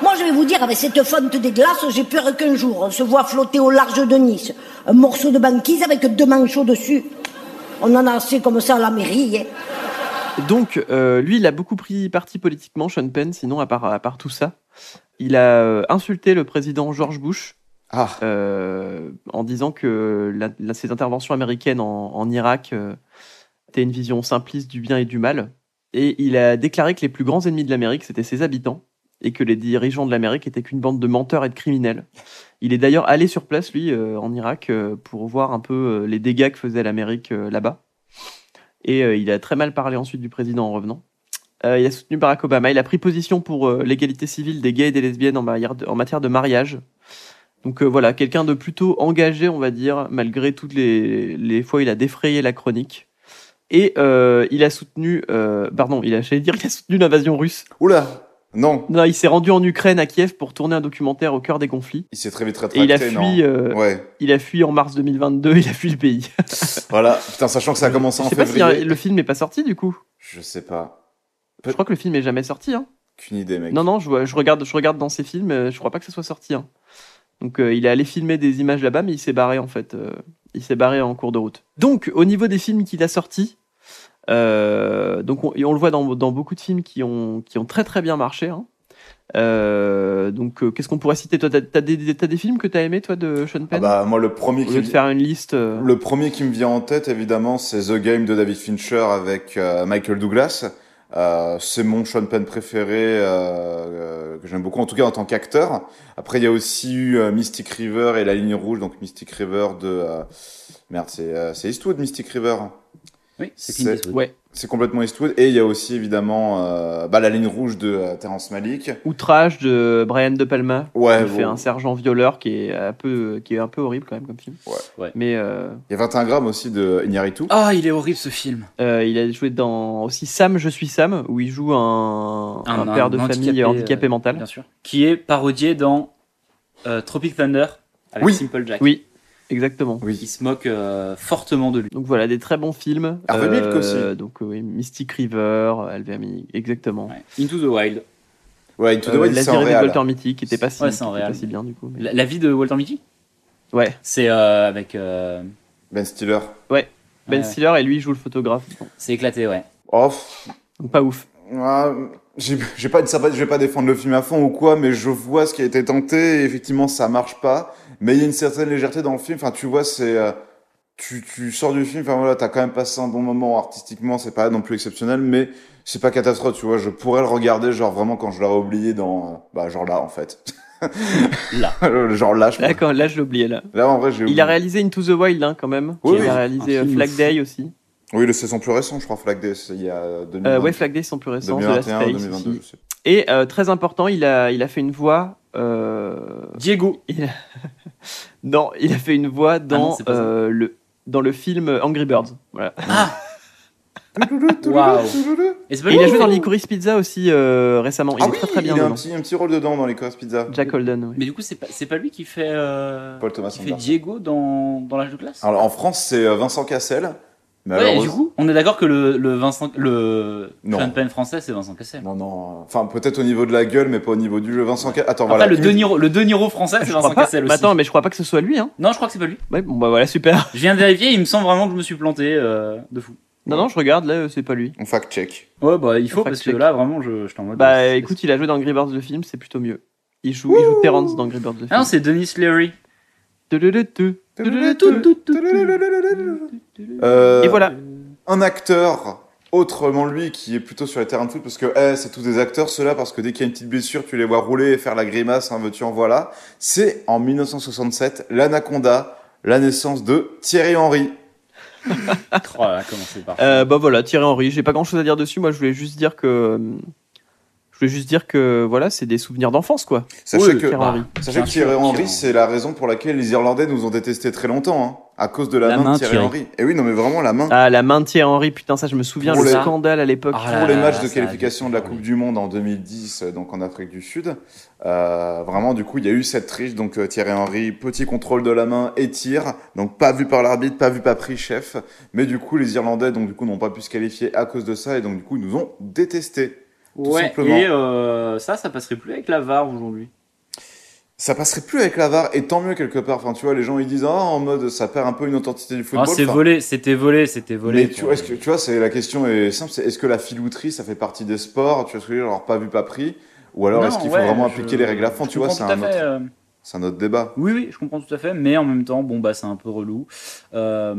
S9: moi, je vais vous dire, avec cette fonte des glaces, j'ai peur qu'un jour, on se voit flotter au large de Nice un morceau de banquise avec deux manchots dessus. On en a assez comme ça à la mairie. hein.
S5: Donc, euh, lui, il a beaucoup pris parti politiquement, Sean Penn, sinon, à part, à part tout ça. Il a euh, insulté le président George Bush
S4: Ah,
S5: euh, en disant que la- la- ces interventions américaines en, en Irak euh, étaient une vision simpliste du bien et du mal. Et il a déclaré que les plus grands ennemis de l'Amérique, c'était ses habitants, et que les dirigeants de l'Amérique étaient qu'une bande de menteurs et de criminels. Il est d'ailleurs allé sur place, lui, euh, en Irak, euh, pour voir un peu euh, les dégâts que faisait l'Amérique euh, là-bas. Et euh, il a très mal parlé ensuite du président en revenant. Euh, il a soutenu Barack Obama. Il a pris position pour euh, l'égalité civile des gays et des lesbiennes en matière de- en matière de mariage. Donc euh, voilà, quelqu'un de plutôt engagé, on va dire, malgré toutes les, les fois où il a défrayé la chronique. Et euh, il a soutenu, euh, pardon, il a, j'allais dire, qu'il a soutenu l'invasion russe.
S4: oula, non.
S5: Non, il s'est rendu en Ukraine, à Kiev, pour tourner un documentaire au cœur des conflits.
S4: Il s'est très vite
S5: Et
S4: rétracté,
S5: il a
S4: non
S5: fui, euh,
S4: Ouais,
S5: il a fui en mars 2022, il a fui le pays.
S4: voilà. Putain, sachant que ça a commencé
S5: Je
S4: en
S5: sais pas si euh,
S4: février.
S5: le film n'est pas sorti du coup.
S4: Je sais pas.
S5: Je crois que le film est jamais sorti. Hein.
S4: Qu'une idée, mec.
S5: Non, non, je, vois- je regarde, je regarde dans ses films, euh, je crois pas que ça soit sorti. hein. Donc euh, il est allé filmer des images là-bas, mais il s'est barré en fait. euh, il s'est barré en cours de route. Donc au niveau des films qu'il a sortis, euh, donc on, et on le voit dans, dans beaucoup de films qui ont, qui ont très très bien marché. hein. Euh, donc euh, qu'est-ce qu'on pourrait citer Toi, t'as t'as des, t'as des films que t'as aimé toi de Sean
S4: Ah
S5: Penn
S4: bah, moi, le premier
S5: Au
S4: qui
S5: lieu de faire une liste. euh,
S4: Le premier qui me vient en tête, évidemment, c'est The Game de David Fincher avec euh, Michael Douglas. Euh, c'est mon Sean Penn préféré euh, euh, que j'aime beaucoup, en tout cas en tant qu'acteur. Après, il y a aussi eu euh, Mystic River et La Ligne Rouge, donc Mystic River de... euh, Merde, c'est euh, c'est Eastwood, Mystic River.
S6: Oui, c'est Clint
S4: C'est-
S6: Eastwood.
S5: Ouais.
S4: C'est complètement Eastwood. Et il y a aussi, évidemment, euh, bah, La Ligne Rouge de euh, Terrence Malick.
S5: Outrage de Brian De Palma.
S4: Ouais,
S5: il fait
S4: bon.
S5: un sergent violeur qui est un peu, qui est un peu horrible quand même comme film.
S6: Ouais.
S5: Mais euh,
S4: Il y a 21 grammes aussi de Iñárritu.
S6: Ah, il est horrible ce film.
S5: Euh, il a joué dans aussi Sam, Je suis Sam, où il joue un,
S6: Un-
S5: un père
S6: un
S5: de
S6: handicapé,
S5: famille handicapé
S6: euh,
S5: mental.
S6: Bien sûr. Qui est parodié dans euh, Tropic Thunder avec
S4: Oui.
S6: Simple Jack.
S5: Oui, exactement.
S6: Il se moque euh, fortement de lui.
S5: Donc voilà, des très bons films. Euh,
S4: Harvey Milk aussi.
S5: Donc oui, Mystic River, Alvin Milk, exactement.
S6: Ouais. Into the Wild.
S4: Ouais, Into the
S5: Euh,
S4: Wild,
S5: la
S4: c'est en
S5: virée de
S4: réel.
S5: Walter Mitty, qui était pas si,
S6: Ouais, c'est en
S5: qui était pas
S6: réel.
S5: si bien du coup. mais-
S6: La, la vie de Walter Mitty
S5: Ouais,
S6: C'est euh, avec. euh,
S4: Ben Stiller.
S5: Ben
S6: ouais,
S5: Stiller et lui il joue le photographe.
S6: ouais. C'est éclaté, ouais.
S4: Off.
S5: Donc pas ouf.
S4: Ah, j'ai j'ai pas, ça va- je vais pas défendre le film à fond ou quoi, mais je vois ce qui a été tenté. Et effectivement, ça marche pas, mais il y a une certaine légèreté dans le film. Enfin, tu vois, c'est euh, tu, tu sors du film. Enfin voilà, t'as quand même passé un bon moment artistiquement. C'est pas non plus exceptionnel, mais c'est pas catastrophe. Tu vois, je pourrais le regarder genre vraiment quand je l'aurais oublié dans euh, bah genre là en fait.
S6: Là.
S4: Genre là, je crois.
S5: D'accord, là je l'ai oublié là.
S4: Là, en vrai, j'ai
S5: Il
S4: oublié.
S5: a réalisé Into the Wild hein, quand même.
S4: Oui,
S5: il
S4: oui.
S5: a réalisé
S6: Un
S5: euh,
S6: film
S5: Flag
S6: fou.
S5: Day aussi.
S4: Oui, le- c'est son plus récent, je crois, Flag Day, c'est il y a 2000.
S5: Euh, ouais, Flag Day sont plus récents, de la
S4: 2021
S5: Space
S4: 2022,
S5: aussi.
S4: je sais.
S5: Et euh, très important, il a, il a fait une voix. euh,
S6: Diego.
S5: il a- non, il a fait une voix
S6: non,
S5: dans,
S6: c'est pas ça.
S5: euh, le, dans le film Angry Birds. Voilà.
S6: Waouh. Et c'est pas
S5: Et il
S6: lui
S5: a joué dans Licorice Pizza aussi euh, récemment. Il
S4: Ah
S5: est
S4: oui,
S5: très très bien
S4: il a un
S5: dedans.
S4: petit, un petit rôle dedans dans les Coast Pizza.
S5: Jack Holden. oui.
S6: Mais du coup, c'est pas, c'est pas lui qui fait, euh,
S4: Paul Thomas
S6: qui fait
S4: Anderson.
S6: Diego dans, dans l'âge de classe
S5: Ah,
S4: Alors en France, c'est euh, Vincent Cassel. Mais
S6: Ouais,
S4: alors,
S6: et du coup, on est d'accord que le, le Vincent, le
S4: Non.
S6: Sean Penn français, c'est Vincent Cassel.
S4: Non, non. euh, Enfin, peut-être au niveau de la gueule, mais pas au niveau du jeu. Vincent Cassel. Attends,
S6: Après,
S4: voilà.
S6: le,
S4: Une-
S6: De Niro, le De Niro français, c'est
S5: Je crois
S6: Vincent
S5: pas-
S6: Cassel
S5: mais
S6: aussi.
S5: Attends, mais je crois pas que ce soit lui. Hein.
S6: Non, je crois que c'est pas lui.
S5: Ouais, bon bah voilà, super.
S6: Je viens de vérifier, il me semble vraiment que je me suis planté euh, de fou.
S5: Non, non, je regarde, là, euh, c'est pas lui.
S4: On fact-check.
S6: Ouais, bah il faut,
S5: Fact
S6: parce que
S5: check.
S6: là, vraiment, je, je t'en mode.
S5: Bah
S6: c'est-
S5: écoute, il a joué dans Angry Birds le film, c'est plutôt mieux. Il joue, il joue Terrence dans Angry Birds le
S6: Ah non,
S5: film.
S6: c'est Denis Leary.
S5: Tudududu.
S4: Euh,
S5: Et voilà.
S4: Un acteur, autrement lui, qui est plutôt sur les terrains de foot, parce que eh, c'est tous des acteurs, ceux-là, parce que dès qu'il y a une petite blessure, tu les vois rouler et faire la grimace, un veux-tu en voilà. C'est en 1967, l'Anaconda, la naissance de Thierry Henry.
S6: Oh là, là, comment c'est parfait.
S5: Euh, bah voilà, Thierry Henry, j'ai pas grand chose à dire dessus, moi je voulais juste dire que. Je voulais juste dire que voilà, c'est des souvenirs d'enfance quoi.
S4: Sachez
S5: Oui,
S4: que,
S5: Thierry Henry.
S4: sachez que
S6: Bien Bah, sûr, hein.
S4: Thierry Henry,
S6: Thierry
S4: c'est la raison pour laquelle les Irlandais nous ont détestés très longtemps, hein, à cause de la, main, de Thierry, Henry. Et oui, non, mais vraiment la main.
S5: Ah, la main de Thierry Henry, putain, ça je me souviens,
S4: Pour
S5: le
S4: les-
S5: scandale à l'époque.
S6: Ah,
S4: pour
S6: là
S4: les
S6: là
S4: matchs
S6: là,
S4: de
S6: ça a dû
S4: qualification de la
S6: faire
S4: Coupe du Monde en 2010, euh, donc en Afrique du Sud. Euh, vraiment, du coup, il y a eu cette triche. Donc euh, Thierry Henry, petit contrôle de la main et tir. Donc pas vu par l'arbitre, pas vu, pas pris, chef. Mais du coup, les Irlandais, donc du coup, n'ont pas pu se qualifier à cause de ça. Et donc du coup, ils nous ont détestés. tout
S6: ouais,
S4: simplement.
S6: et euh, ça, ça passerait plus avec la VAR aujourd'hui.
S4: Ça passerait plus avec la VAR et tant mieux quelque part. Enfin, tu vois, les gens ils disent ah en mode ça perd un peu une authenticité du
S6: Ah,
S4: football.
S6: c'est
S4: Enfin,
S6: volé, c'était volé, c'était volé.
S4: Mais tu vois, est-ce que, tu vois, c'est la question est simple, c'est est-ce que la filouterie, ça fait partie des sports Tu vois ce que je veux dire Genre pas vu, pas pris Ou alors
S6: Non,
S4: est-ce qu'il faut
S6: ouais,
S4: vraiment
S6: je-
S4: appliquer les règles à fond
S6: je
S4: Tu vois, c'est
S6: comprends
S4: un,
S6: tout à fait,
S4: autre-
S6: euh,
S4: c'est un autre débat.
S6: Oui, oui, je comprends tout à fait, mais en même temps, bon, bah, c'est un peu relou. Euh,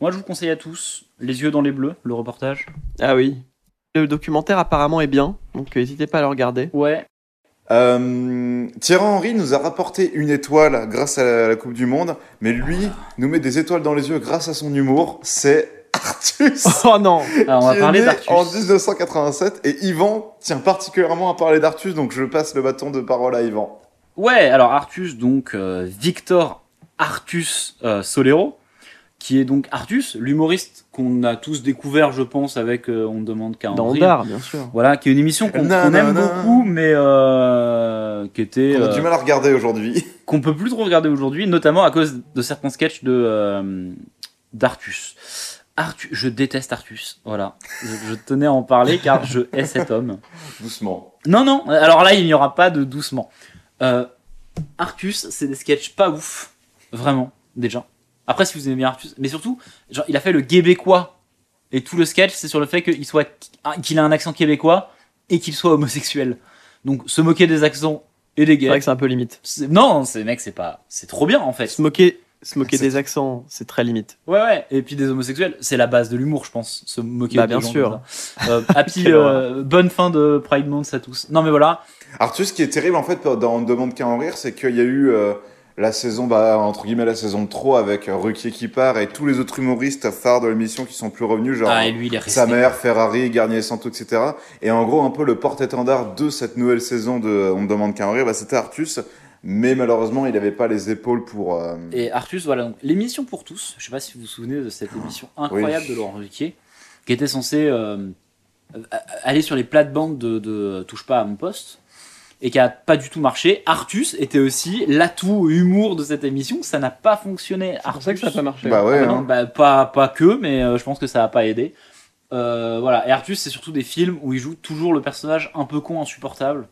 S6: moi, je vous conseille à tous Les yeux dans les bleus, le reportage.
S5: Ah oui. Le documentaire apparemment est bien, donc euh, n'hésitez pas à le regarder.
S6: Ouais.
S4: Euh, Thierry Henry nous a rapporté une étoile grâce à la, la Coupe du Monde, mais lui nous met des étoiles dans les yeux grâce à son humour. C'est Artus
S5: Oh non
S6: Alors, Ah, on va
S4: qui est
S6: parler
S4: né En
S6: d'Artus.
S4: 1987, et Yvan tient particulièrement à parler d'Artus, donc je passe le bâton de parole à Yvan.
S6: Ouais, alors Artus, donc euh, Victor Artus euh, Solero, qui est donc Artus, l'humoriste qu'on a tous découvert, je pense, avec euh, On ne demande qu'à
S5: Dans
S6: en rire.
S5: Ondar, bien sûr.
S6: Voilà, qui est une émission qu'on
S4: Na,
S6: qu'on
S4: na,
S6: aime
S4: na.
S6: beaucoup, mais euh, qui était
S4: On a
S6: euh,
S4: du mal à regarder aujourd'hui.
S6: qu'on peut plus trop regarder aujourd'hui, notamment à cause de certains sketchs de euh, d'Artus. Artu- je déteste Artus. Voilà, je, je tenais à en parler car je hais cet homme.
S4: Doucement.
S6: Non, non, alors là, il n'y aura pas de doucement. Euh, Artus, c'est des sketchs pas ouf. Vraiment, déjà. Après, si vous aimez bien Artus, mais surtout, genre, il a fait le québécois. Et tout le sketch, c'est sur le fait qu'il soit, qu'il a un accent québécois et qu'il soit homosexuel. Donc, se moquer des accents et des
S5: C'est
S6: gays.
S5: vrai que c'est un peu limite.
S6: c'est- Non, ces mecs, c'est pas, c'est trop bien, en fait.
S5: Se moquer, se
S6: Ah,
S5: moquer des accents, c'est très limite.
S6: Ouais, ouais. Et puis des homosexuels, c'est la base de l'humour, je pense. Se moquer
S5: Bah,
S6: des
S5: bien
S6: gens
S5: sûr.
S6: comme ça. Euh, happy,
S5: Quelle
S6: euh, bonne fin de Pride Month à tous. Non, mais voilà.
S4: Arthur, ce qui est terrible en fait dans On ne demande qu'à en rire, c'est qu'il y a eu euh, la saison, bah, entre guillemets, la saison de trop avec euh, Ruquier qui part et tous les autres humoristes phares de l'émission qui sont plus revenus, genre
S6: Ah, et lui, il est resté.
S4: sa mère, Ferrari, Garnier Santo, etc. Et en gros, un peu le porte-étendard de cette nouvelle saison de euh, On ne demande qu'à en rire, bah, c'était Artus, mais malheureusement, il n'avait pas les épaules pour. euh,
S6: Et Artus, voilà, donc l'émission pour tous, je sais pas si vous vous souvenez de cette émission incroyable
S4: oui.
S6: de Laurent Ruquier, qui était censée euh, euh, aller sur les plates-bandes de, de Touche pas à mon poste, et qui a pas du tout marché. Artus était aussi l'atout humour de cette émission, ça n'a pas fonctionné.
S5: C'est pour ça que ça a pas marché.
S4: Bah ouais,
S6: Ah non,
S4: hein.
S6: bah, pas, pas que, mais euh, je pense que ça a pas aidé. Euh, voilà, et Artus, c'est surtout des films où il joue toujours le personnage un peu con, insupportable,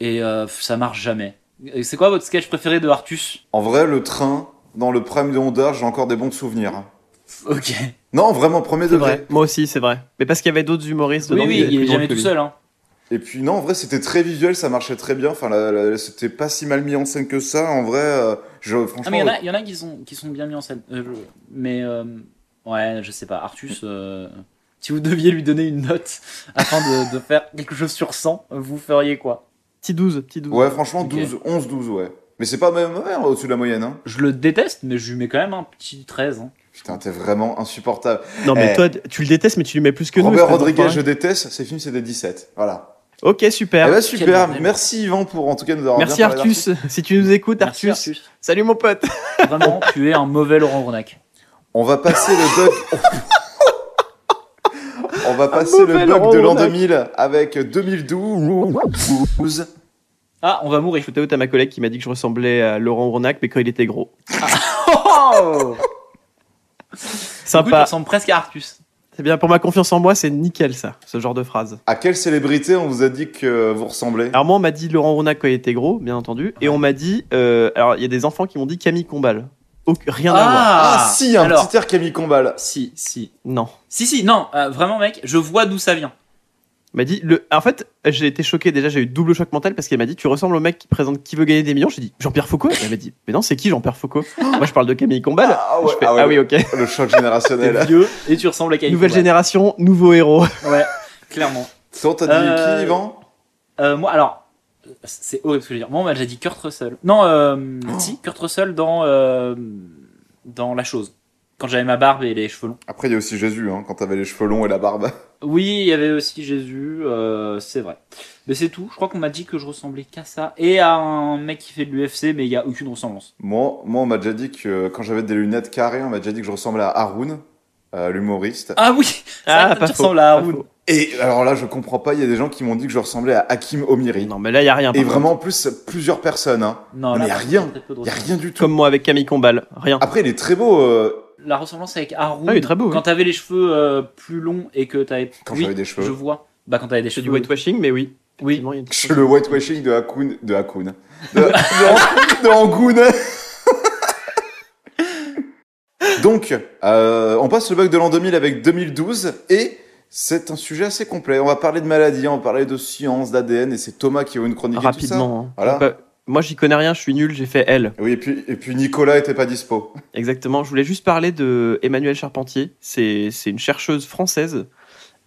S6: et euh, ça marche jamais. Et C'est quoi votre sketch préféré de Artus
S4: En vrai, le train, dans le prime de Honda, j'ai encore des bons souvenirs. hein.
S6: Ok.
S4: Non, vraiment, premier
S5: C'est
S4: degré.
S5: vrai. Moi aussi, c'est vrai. Mais parce qu'il y avait d'autres humoristes
S6: Oui,
S5: dedans. qui
S6: oui,
S5: étaient
S6: il
S5: plus
S6: est
S5: drôles
S6: jamais
S5: que
S6: tout
S5: lui.
S6: seul. Hein.
S4: Et puis non, en vrai, c'était très visuel, ça marchait très bien. Enfin, la- la- c'était pas si mal mis en scène que ça. En vrai, euh, je franchement.
S6: Ah, mais il y en a, il y en a qui, sont, qui sont bien mis en scène. Euh, je- mais euh, ouais, je sais pas. Artus, euh, si vous deviez lui donner une note afin de, de faire quelque chose sur 100, vous feriez quoi
S5: Petit 12, petit 12.
S4: Ouais, franchement,
S6: Ok.
S4: 12, 11, 12, ouais. Mais c'est pas même ouais, au-dessus de la moyenne, hein.
S6: Je le déteste, mais je lui mets quand même un petit 13. hein.
S4: Putain, t'es vraiment insupportable.
S5: Non, mais
S4: Eh.
S5: toi, tu le détestes, mais tu lui mets plus que nous.
S4: Robert
S5: espèce
S4: Rodriguez, je
S5: d'enfoiré.
S4: déteste, ses films, c'est des 17. Voilà.
S5: hein. Ok,
S4: Eh
S5: super.
S4: ben,
S6: quel
S4: super.
S6: bordel.
S4: Merci, Yvan, pour en tout cas nous avoir
S5: Merci
S4: bien parlé
S5: Artus, si tu nous écoutes,
S6: Merci,
S5: Artus. Salut mon pote.
S6: Arthus. Vraiment, tu es un mauvais Laurent Ronac.
S4: On va passer le bug. On va passer le
S5: mauvais
S4: bug de l'an
S5: Laurent
S4: 2000 avec 2012.
S6: Ah, on va mourir.
S5: Je t'avoue, à ma collègue qui m'a dit que je ressemblais à Laurent Ronac, mais quand il était gros.
S6: Oh Écoute, tu
S5: Sympa.
S6: ressembles presque à Artus.
S5: C'est bien, pour ma confiance en moi, c'est nickel ça, ce genre de phrase.
S4: À quelle célébrité on vous a dit que vous ressemblez
S5: Alors moi, on m'a dit Laurent Ronac quand il était gros, bien entendu, et on m'a dit, euh, alors il y a des enfants qui m'ont dit Camille Combal. Auc- rien à voir.
S4: Ah, si, un
S6: alors,
S4: petit air Camille Combal.
S6: Si, si.
S5: Non.
S6: Si, si, non, euh, vraiment, mec, je vois d'où ça vient.
S5: Il m'a dit, le... en fait, j'ai été choqué déjà, j'ai eu double choc mental parce qu'elle m'a dit, tu ressembles au mec qui présente qui veut gagner des millions. J'ai dit, Jean-Pierre Foucault. Elle m'a dit, mais non, c'est qui Jean-Pierre Foucault Moi, je parle de Camille Combal.
S4: Ah ouais,
S5: Je fais,
S4: ah ouais,
S5: ah oui, ok.
S4: le choc
S6: T'es
S4: générationnel.
S6: vieux et tu ressembles à Camille.
S5: Nouvelle
S6: Combal.
S5: génération, nouveau héros.
S6: Ouais, clairement.
S4: Toi, t'as dit
S6: Euh,
S4: qui, Yvan
S6: Euh, moi, alors, c'est horrible ce que je veux dire. Moi, on m'a déjà dit Kurt Russell. Non, euh, si, Kurt Russell dans, euh, dans La Chose. Quand j'avais ma barbe et les cheveux longs.
S4: Après, il y a aussi Jésus, hein, quand t'avais les cheveux longs et la barbe.
S6: Oui, il y avait aussi Jésus, euh, c'est vrai. Mais c'est tout. Je crois qu'on m'a dit que je ressemblais qu'à ça et à un mec qui fait de l'UFC, mais il n'y a aucune ressemblance.
S4: Moi, moi on m'a déjà dit que euh, quand j'avais des lunettes carrées, on m'a déjà dit que je ressemblais à Haroun, euh, l'humoriste.
S6: Ah oui c'est
S5: Ah,
S6: vrai que
S5: pas
S6: tu
S5: faux,
S6: ressembles à
S5: pas
S6: Haroun.
S5: faux.
S4: Et alors là, je comprends pas, il y a des gens qui m'ont dit que je ressemblais à Hakim Omiri.
S5: Non, mais là, il y a rien.
S4: Et
S5: par contre.
S4: vraiment, en plus, plusieurs personnes. Hein.
S6: Non,
S4: Mais
S6: là,
S4: y a
S6: par contre,
S4: rien.
S6: très peu de
S4: Il y a
S6: ressemblance.
S4: rien du tout.
S5: Comme moi avec Camille Combal, rien.
S4: Après, il est très beau. euh,
S6: La ressemblance avec Haroun.
S5: Ah, il est très beau, oui.
S6: Quand t'avais les cheveux euh, plus longs et que t'avais.
S4: Quand
S6: oui,
S4: j'avais des cheveux.
S6: Je vois. Bah, quand t'avais des
S5: Je fais
S6: cheveux.
S5: du whitewashing, mais oui.
S6: Oui.
S5: Effectivement, il y a une petite-
S4: le whitewashing de Hakoun. De Hakoun. De, de, de Angoun. Donc, euh, on passe le bug de l'an 2000 avec 2012 et c'est un sujet assez complet. On va parler de maladies, on va parler de science, d'ADN et c'est Thomas qui a une chronique et tout ça.
S5: Rapidement. hein.
S4: Voilà.
S5: Bah, moi, j'y connais rien, je suis nul, j'ai fait elle.
S4: Oui, et puis, et puis Nicolas était pas dispo.
S5: Exactement. Je voulais juste parler de Emmanuelle Charpentier. C'est c'est une chercheuse française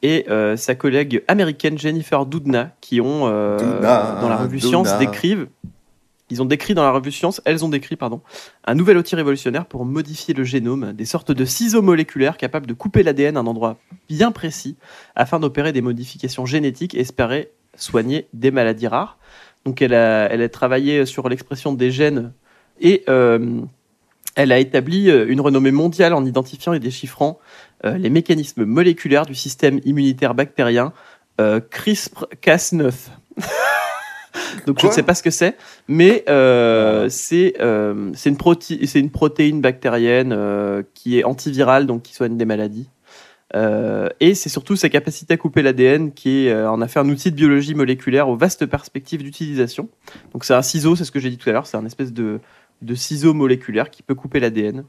S5: et euh, sa collègue américaine Jennifer Doudna qui ont euh,
S4: Doudna,
S5: dans la revue
S4: Doudna.
S5: Science décrivent. Ils ont décrit dans la revue Science, elles ont décrit, pardon, un nouvel outil révolutionnaire pour modifier le génome, des sortes de ciseaux moléculaires capables de couper l'ADN à un endroit bien précis afin d'opérer des modifications génétiques espérées soigner des maladies rares. Donc elle a, elle a travaillé sur l'expression des gènes et euh, elle a établi euh, une renommée mondiale en identifiant et déchiffrant euh, les mécanismes moléculaires du système immunitaire bactérien euh, CRISPR-Cas9. Donc je
S4: Quoi
S5: ne sais pas ce que c'est, mais euh, c'est euh, c'est une, proti- c'est une protéine bactérienne euh, qui est antivirale, donc qui soigne des maladies. Euh, et c'est surtout sa capacité à couper l'ADN qui est, euh, en a fait un outil de biologie moléculaire aux vastes perspectives d'utilisation. Donc c'est un ciseau, c'est ce que j'ai dit tout à l'heure, c'est un espèce de, de ciseau moléculaire qui peut couper l'ADN.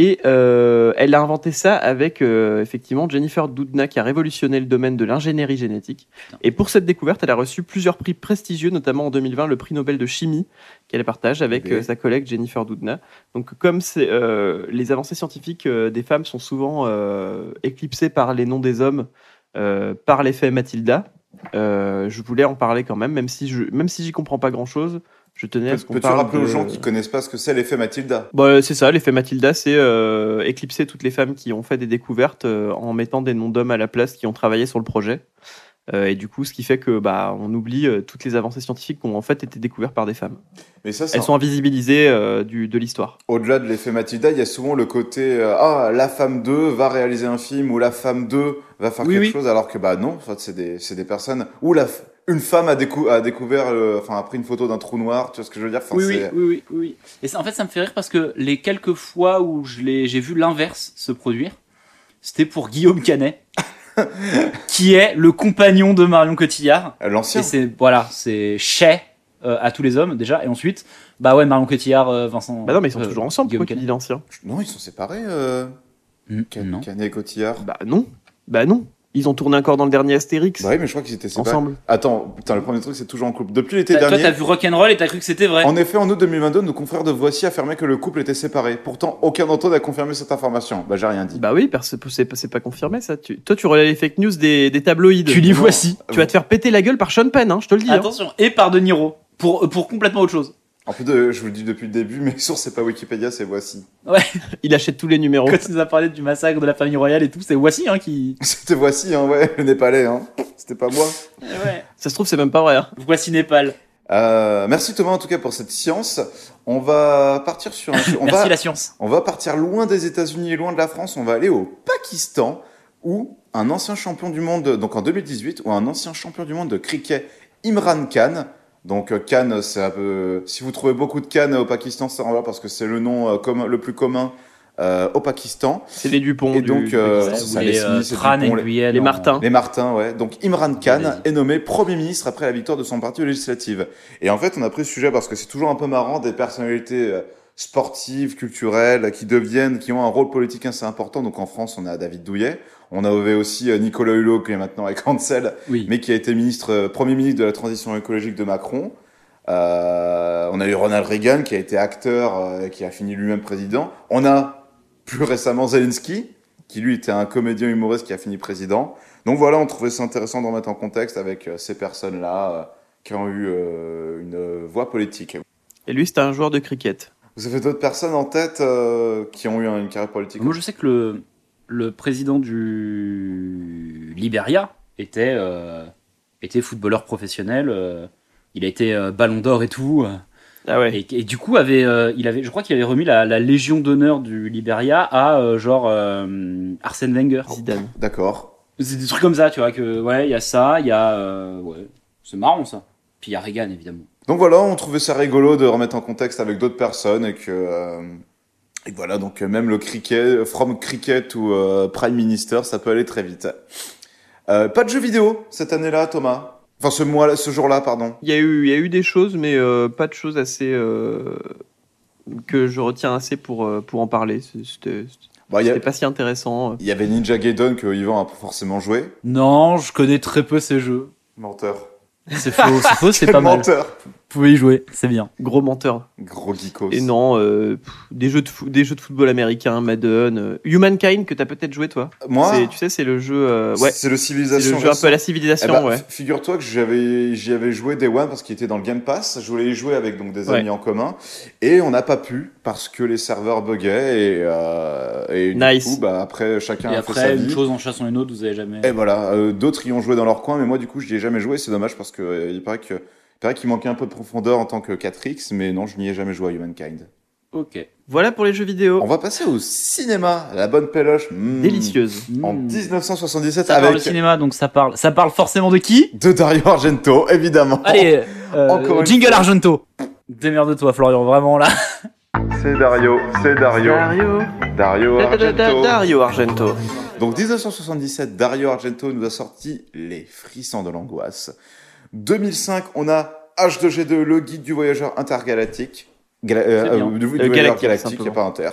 S5: Et euh, elle a inventé ça avec euh, effectivement Jennifer Doudna qui a révolutionné le domaine de l'ingénierie génétique. Et pour cette découverte, elle a reçu plusieurs prix prestigieux, notamment en 2020 le prix Nobel de chimie qu'elle partage avec
S4: Ok.
S5: euh, sa collègue Jennifer Doudna. Donc comme c'est, euh, les avancées scientifiques euh, des femmes sont souvent euh, éclipsées par les noms des hommes, euh, par l'effet Mathilda, euh, je voulais en parler quand même, même si je même si j'y comprends pas grand-chose, je tenais à ce qu'on
S4: Peux-tu
S5: parle
S4: rappeler aux
S5: de-
S4: gens qui connaissent pas ce que c'est l'effet Mathilda
S5: Bon, euh, c'est ça, l'effet Mathilda, c'est euh, éclipser toutes les femmes qui ont fait des découvertes euh, en mettant des noms d'hommes à la place qui ont travaillé sur le projet. Euh, et du coup, ce qui fait que bah, on oublie euh, toutes les avancées scientifiques qui ont en fait été découvertes par des femmes.
S4: Mais ça, c'est
S5: Elles sont invisibilisées euh, du, de l'histoire.
S4: Au-delà de l'effet Matilda, il y a souvent le côté euh, ah la femme 2 va réaliser un film ou la femme 2 va faire
S5: Oui,
S4: quelque
S5: oui.
S4: chose alors que bah non, en fait, c'est des c'est des personnes ou la f- une femme a, décou a découvert euh, enfin a pris une photo d'un trou noir, tu vois ce que je veux dire Enfin,
S6: Oui, oui,
S4: c'est-
S6: oui, oui, oui, oui. Et ça, en fait, ça me fait rire parce que les quelques fois où je l'ai- j'ai vu l'inverse se produire, c'était pour Guillaume Canet, qui est le compagnon de Marion Cotillard.
S4: Euh, l'ancien.
S6: Et c'est, voilà, c'est chez euh, à tous les hommes déjà. Et ensuite, bah ouais, Marion Cotillard, euh, Vincent.
S5: Bah non, mais ils sont
S6: euh,
S5: toujours ensemble,
S6: Guillaume
S5: pourquoi tu dis l'ancien
S4: Non, ils sont séparés euh,
S6: Canet.
S4: Can-
S6: Mm, non.
S4: Canet et Cotillard.
S5: Bah non, bah non. Ils ont tourné encore dans le dernier Astérix
S4: Bah oui, mais je crois qu'ils étaient séparés.
S5: ensemble.
S4: Attends, putain, le premier truc, c'est toujours en couple. Depuis l'été
S6: T'as- Bah, Toi,
S4: dernier.
S6: t'as vu Rock'n'Roll et t'as cru que c'était vrai.
S4: En effet, en août 2022, nos confrères de Voici affirmaient que le couple était séparé. Pourtant, aucun d'entre eux n'a confirmé cette information. Bah, j'ai rien dit.
S5: Bah oui, parce que c'est pas- c'est pas confirmé ça. Tu- toi, tu relais les fake news des, des tabloïds.
S6: Tu lis voici.
S5: Tu vas te faire péter la gueule par Sean Penn, hein, je te le dis. hein.
S6: Attention, et par De Niro. Pour, pour complètement autre chose.
S4: En plus, de, je vous le dis depuis le début, mes sources, c'est pas Wikipédia, c'est Voici.
S5: hein. Il achète tous les numéros.
S6: Quand tu nous as parlé du massacre de la famille royale et tout, c'est Voici hein, qui.
S4: C'était Voici, hein, ouais, le Népalais, hein. C'était pas moi.
S6: Ouais.
S5: Ça se trouve, c'est même pas vrai. hein.
S6: Voici Népal.
S4: Euh, merci Thomas, en tout cas, pour cette science. On va partir sur un... on
S6: Merci
S4: va-
S6: la science.
S4: On va partir loin des États-Unis et loin de la France. On va aller au Pakistan où un ancien champion du monde, donc en 2018, où un ancien champion du monde de cricket, Imran Khan. Donc euh, Khan, c'est un peu. Si vous trouvez beaucoup de Khan au Pakistan, ça en va parce que c'est le nom euh, commun- le plus commun euh, au Pakistan.
S5: C'est les Dupont.
S4: Et
S5: du-
S4: donc,
S5: du
S4: euh,
S5: Pakistan.
S4: ça,
S6: Ou les
S4: les
S6: euh,
S4: Smiths et
S6: Tran
S4: Dupont,
S6: et
S4: les-
S6: Guyenne
S5: les
S6: en-
S5: Martins.
S4: Les Martins, ouais. Donc Imran Khan
S6: Vas-y.
S4: est nommé Premier ministre après la victoire de son parti aux législatives. Et en fait, on a pris ce sujet parce que c'est toujours un peu marrant des personnalités euh, sportives, culturelles, qui deviennent, qui ont un rôle politique assez important. Donc en France, on a David Douillet. On avait aussi euh, Nicolas Hulot, qui est maintenant avec Ansel,
S6: Oui.
S4: mais qui a été ministre, euh, Premier ministre de la transition écologique de Macron. Euh, on a eu Ronald Reagan, qui a été acteur, euh, qui a fini lui-même président. On a plus récemment Zelensky, qui lui était un comédien humoriste qui a fini président. Donc voilà, on trouvait ça intéressant d'en mettre en contexte avec euh, ces personnes-là euh, qui ont eu euh, une euh, voix politique.
S5: Et lui, c'était un joueur de cricket.
S4: Vous avez d'autres personnes en tête euh, qui ont eu un- une carrière politique
S6: Moi, je sais que le, le président du Liberia était, euh, était footballeur professionnel. euh, il a été euh, ballon d'or et tout. euh,
S5: Ah ouais.
S6: Et, et du coup, avait, euh, il avait, je crois qu'il avait remis la, la Légion d'honneur du Liberia à euh, genre euh, Arsène Wenger.
S5: Zidane.
S4: D'accord.
S6: C'est des trucs comme ça, tu vois. que Ouais, il y a ça, il y a. euh, ouais, c'est marrant ça. Puis il y a Reagan, évidemment.
S4: Donc voilà, on trouvait ça rigolo de remettre en contexte avec d'autres personnes et que. euh, et voilà, donc euh, même le cricket, from cricket ou euh, prime minister, ça peut aller très vite. Euh, pas de jeux vidéo cette année-là, Thomas. Enfin, ce mois-là, ce jour-là, pardon.
S5: Il y, a eu, il y a eu des choses, mais euh, pas de choses assez. euh, que je retiens assez pour, euh, pour en parler. C'était
S4: Bon, Bah, Ah, Il y, a-
S5: c'était pas si intéressant.
S4: il y avait Ninja Gaiden que Yvan a pas forcément joué.
S6: Non, je connais très peu ces jeux.
S4: Menteur.
S6: C'est faux, c'est faux, c'est pas mal. Vous
S4: Menteur.
S6: pouvez y jouer, c'est bien.
S5: Gros menteur.
S4: Gros geekos.
S5: Et non, euh, pff, des, jeux de fo- des jeux de football américain, Madden, euh, Humankind que t'as peut-être joué toi.
S4: Moi,
S5: C'est- Tu sais, c'est le jeu, euh, ouais,
S4: c'est le
S5: c'est
S4: civilisation.
S5: le jeu un peu à la civilisation,
S4: ben,
S5: ouais.
S4: Eh Figure-toi que j'avais, j'y avais joué Day One parce qu'il était dans le Game Pass. Je voulais y jouer avec donc des
S5: Ouais.
S4: amis en commun et on n'a pas pu parce que les serveurs buggaient et, euh, et
S5: Nice.
S4: du coup, bah, après chacun
S6: Et
S4: a fait sa
S6: après, une
S4: vie.
S6: chose en chassant une autre, vous avez jamais.
S4: Et voilà, euh, d'autres y ont joué dans leur coin, mais moi du coup, je n'y ai jamais joué. C'est dommage parce que euh, il paraît que il paraît qu'il manquait un peu de profondeur en tant que 4X, mais non, je n'y ai jamais joué à Humankind.
S6: Ok.
S5: Voilà pour les jeux vidéo.
S4: On va passer au cinéma, la bonne péloche. Mmh.
S5: Délicieuse.
S4: En
S6: Hmm.
S4: 1977
S6: Ça parle
S4: avec
S6: de cinéma, donc ça parle. Ça parle forcément de qui
S4: de Dario Argento, évidemment.
S6: Allez, euh,
S4: Encore une
S6: jingle Argento. Démerde-toi, Florian, vraiment là.
S4: C'est Dario, c'est Dario. Dario
S5: Da- da- da- da-
S4: Argento.
S5: Dario Argento.
S4: Donc 1977, Dario Argento nous a sorti Les Frissons de l'Angoisse. 2005, on a H2G2, le guide du voyageur intergalactique. Gala- euh,
S6: C'est bien.
S4: euh, du- du voyageur
S5: galactique,
S4: galactique, il n'y a
S5: simplement.
S4: pas inter.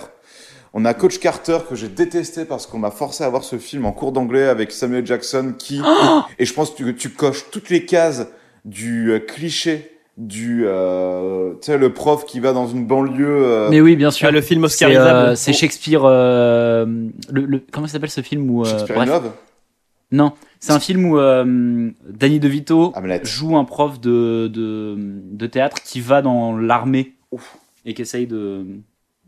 S4: On a Coach Carter que j'ai détesté parce qu'on m'a forcé à voir ce film en cours d'anglais avec Samuel Jackson qui
S5: Oh
S4: et je pense que tu, tu coches toutes les cases du euh, cliché du euh, tu sais le prof qui va dans une banlieue euh,
S6: Mais oui, bien
S5: Tu as
S6: sûr.
S5: le film
S6: C'est euh,
S5: Oscarisable.
S6: c'est Shakespeare. euh, le, le- comment ça s'appelle ce film où. euh,
S4: Shakespeare in
S6: bref.
S4: Love
S6: Non, c'est un film où euh, Danny DeVito
S4: Hamlet.
S6: joue un prof de, de, de théâtre qui va dans l'armée et qui essaye de,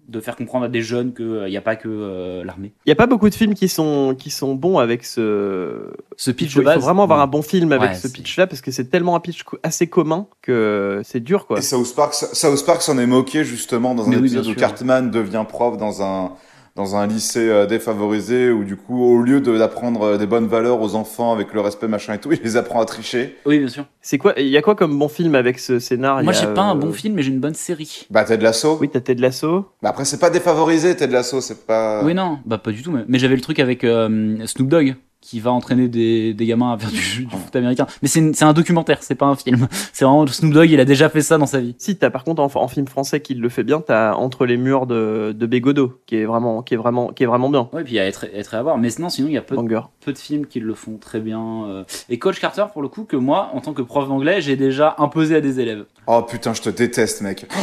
S6: de faire comprendre à des jeunes qu'il n'y a pas que euh, l'armée.
S5: Il n'y a pas beaucoup de films qui sont, qui sont bons avec ce
S6: Ce pitch
S5: il faut,
S6: de
S5: il faut
S6: base.
S5: vraiment avoir un bon film avec
S6: Ouais,
S5: ce
S6: c'est-
S5: pitch-là parce que c'est tellement un pitch co- assez commun que c'est dur quoi.
S4: Et South Park, South Park s'en est moqué justement dans un
S6: Mais oui,
S4: épisode
S6: bien
S4: où
S6: sûr.
S4: Cartman devient prof dans un dans un lycée euh, défavorisé où du coup au lieu de- d'apprendre euh, des bonnes valeurs aux enfants avec le respect machin et tout, il les apprend à tricher.
S6: Oui, bien sûr.
S5: C'est quoi Il y a quoi comme bon film avec ce scénario
S6: Moi, j'ai pas un
S5: euh,
S6: bon film, mais j'ai une bonne série.
S4: Bah Ted Lasso.
S5: Oui, t'as Ted Lasso.
S4: Bah après c'est pas défavorisé Ted Lasso, c'est pas.
S6: Oui, non, bah pas du tout. Mais, mais j'avais le truc avec euh, Snoop Dogg qui va entraîner des, des gamins à faire du, du foot américain. Mais c'est une- c'est un documentaire, c'est pas un film. C'est vraiment Snoop Dogg, il a déjà fait ça dans sa vie.
S5: Si, t'as par contre en, en film français qui le fait bien, t'as Entre les murs de, de Bégodeau, qui est vraiment, qui est vraiment, qui est vraiment bien.
S6: Oui, puis il y a être, être et avoir. Mais sinon, sinon il y a peu,
S5: Banger.
S6: peu peu de films qui le font très bien. euh. Et Coach Carter, pour le coup, que moi, en tant que prof d'anglais, j'ai déjà imposé à des élèves.
S4: Oh putain, je te déteste, mec.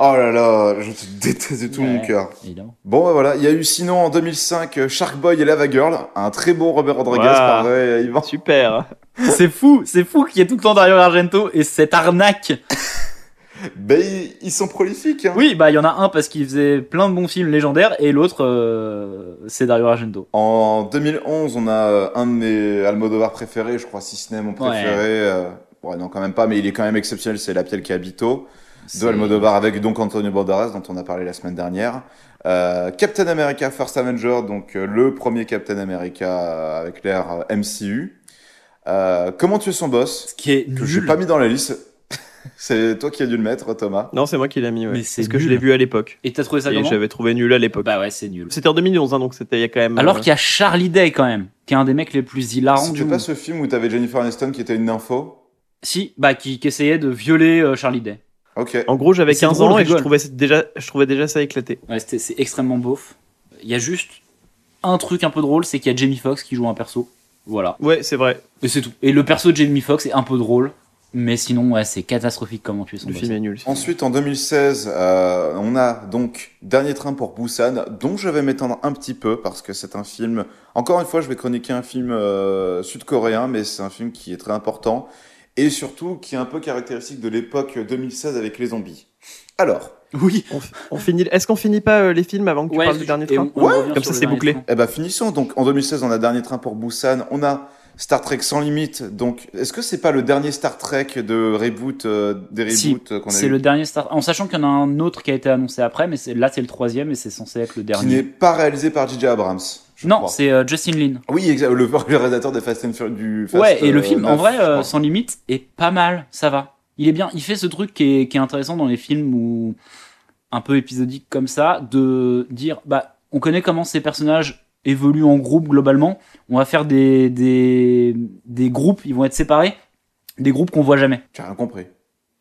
S4: Oh là là, je te déteste de tout
S6: Ouais.
S4: mon cœur.
S6: Évidemment.
S4: Bon, bah voilà, il y a eu sinon en 2005 euh, Shark Boy et Lava Girl, un très bon Robert Rodriguez,
S6: Voilà.
S4: par vrai, Yvan.
S5: Super.
S6: c'est fou, c'est fou qu'il y ait tout le temps Dario Argento et cette arnaque.
S4: Ben, ils, ils sont prolifiques, hein.
S6: Oui, bah il y en a un parce qu'il faisait plein de bons films légendaires et l'autre euh, c'est Dario Argento.
S4: En 2011, on a euh, un de mes Almodovar préférés, je crois, si ce n'est mon préféré. euh, ouais, non, quand même pas, mais il est quand même exceptionnel, c'est La Piel qui habito, de
S6: C'est-
S4: Almodovar avec donc Antonio Banderas, dont on a parlé la semaine dernière. Euh, Captain America First Avenger, donc euh, le premier Captain America euh, avec l'ère euh, MCU. Euh, Comment tuer son boss,
S6: Ce qui est
S4: que j'ai
S6: nul.
S4: pas mis dans la liste. c'est toi qui as dû le mettre, Thomas.
S5: Non, c'est moi qui l'ai mis. Ouais.
S6: Mais c'est
S5: Parce que je
S6: nul.
S5: l'ai vu à l'époque.
S6: Et t'as trouvé ça
S5: Et
S6: comment
S5: j'avais trouvé nul à l'époque.
S6: Bah ouais, c'est nul.
S5: C'était en 2011, hein, donc c'était il y a quand même.
S6: Alors
S5: euh,
S6: qu'il y a Charlie Day quand même, qui est un des mecs les plus hilarants du
S4: C'était
S6: monde.
S4: pas ce film où t'avais Jennifer Aniston qui était une info
S6: Si, bah qui, qui essayait de violer euh, Charlie Day.
S4: Ok.
S5: En gros, j'avais
S6: C'est
S5: 15
S6: drôle,
S5: ans et je
S6: rigole.
S5: trouvais, c'est déjà, je trouvais déjà ça éclaté.
S6: Ouais, c'était- c'est extrêmement beauf. Il y a juste un truc un peu drôle, c'est qu'il y a Jamie Foxx qui joue un perso. Voilà.
S5: Ouais, c'est vrai.
S6: Et c'est tout. Et le perso de Jamie Foxx est un peu drôle, mais sinon ouais, c'est catastrophique comment tu es son
S5: Le
S6: boss.
S5: film est nul.
S4: Ensuite, en 2016, euh, on a donc Dernier train pour Busan, dont je vais m'étendre un petit peu parce que c'est un film. Encore une fois, je vais chroniquer un film euh, sud-coréen, mais c'est un film qui est très important et surtout qui est un peu caractéristique de l'époque 2016 avec les zombies. Alors,
S6: Oui.
S5: On, on finit. Est-ce qu'on finit pas euh, les films avant que tu parles du dernier train Comme ça, c'est bouclé.
S4: eh ben finissons. Donc, en 2016, on a Dernier train pour Busan, on a Star Trek sans limite. Donc, est-ce que c'est pas le dernier Star Trek de reboot euh, des
S6: Si,
S4: reboots euh, qu'on a
S6: C'est
S4: eu
S6: le dernier Star En sachant qu'il y en a un autre qui a été annoncé après, mais c'est- là c'est le troisième et c'est censé être le
S4: qui n'est
S6: dernier.
S4: pas réalisé par J.J. Abrams. je
S6: Non,
S4: crois.
S6: c'est euh, Justin Lin.
S4: Oui, exact, le, le réalisateur des Fast and Fur- du Fast
S6: ouais, et le
S4: euh,
S6: film, en
S4: neuf,
S6: vrai,
S4: je
S6: euh,
S4: crois.
S6: sans limite, est pas mal, ça va. Il est bien, il fait ce truc qui est, qui est intéressant dans les films où, un peu épisodique comme ça, de dire, bah, on connaît comment ces personnages évoluent en groupe globalement, on va faire des, des, des groupes, ils vont être séparés, des groupes qu'on voit jamais.
S4: Tu as rien compris.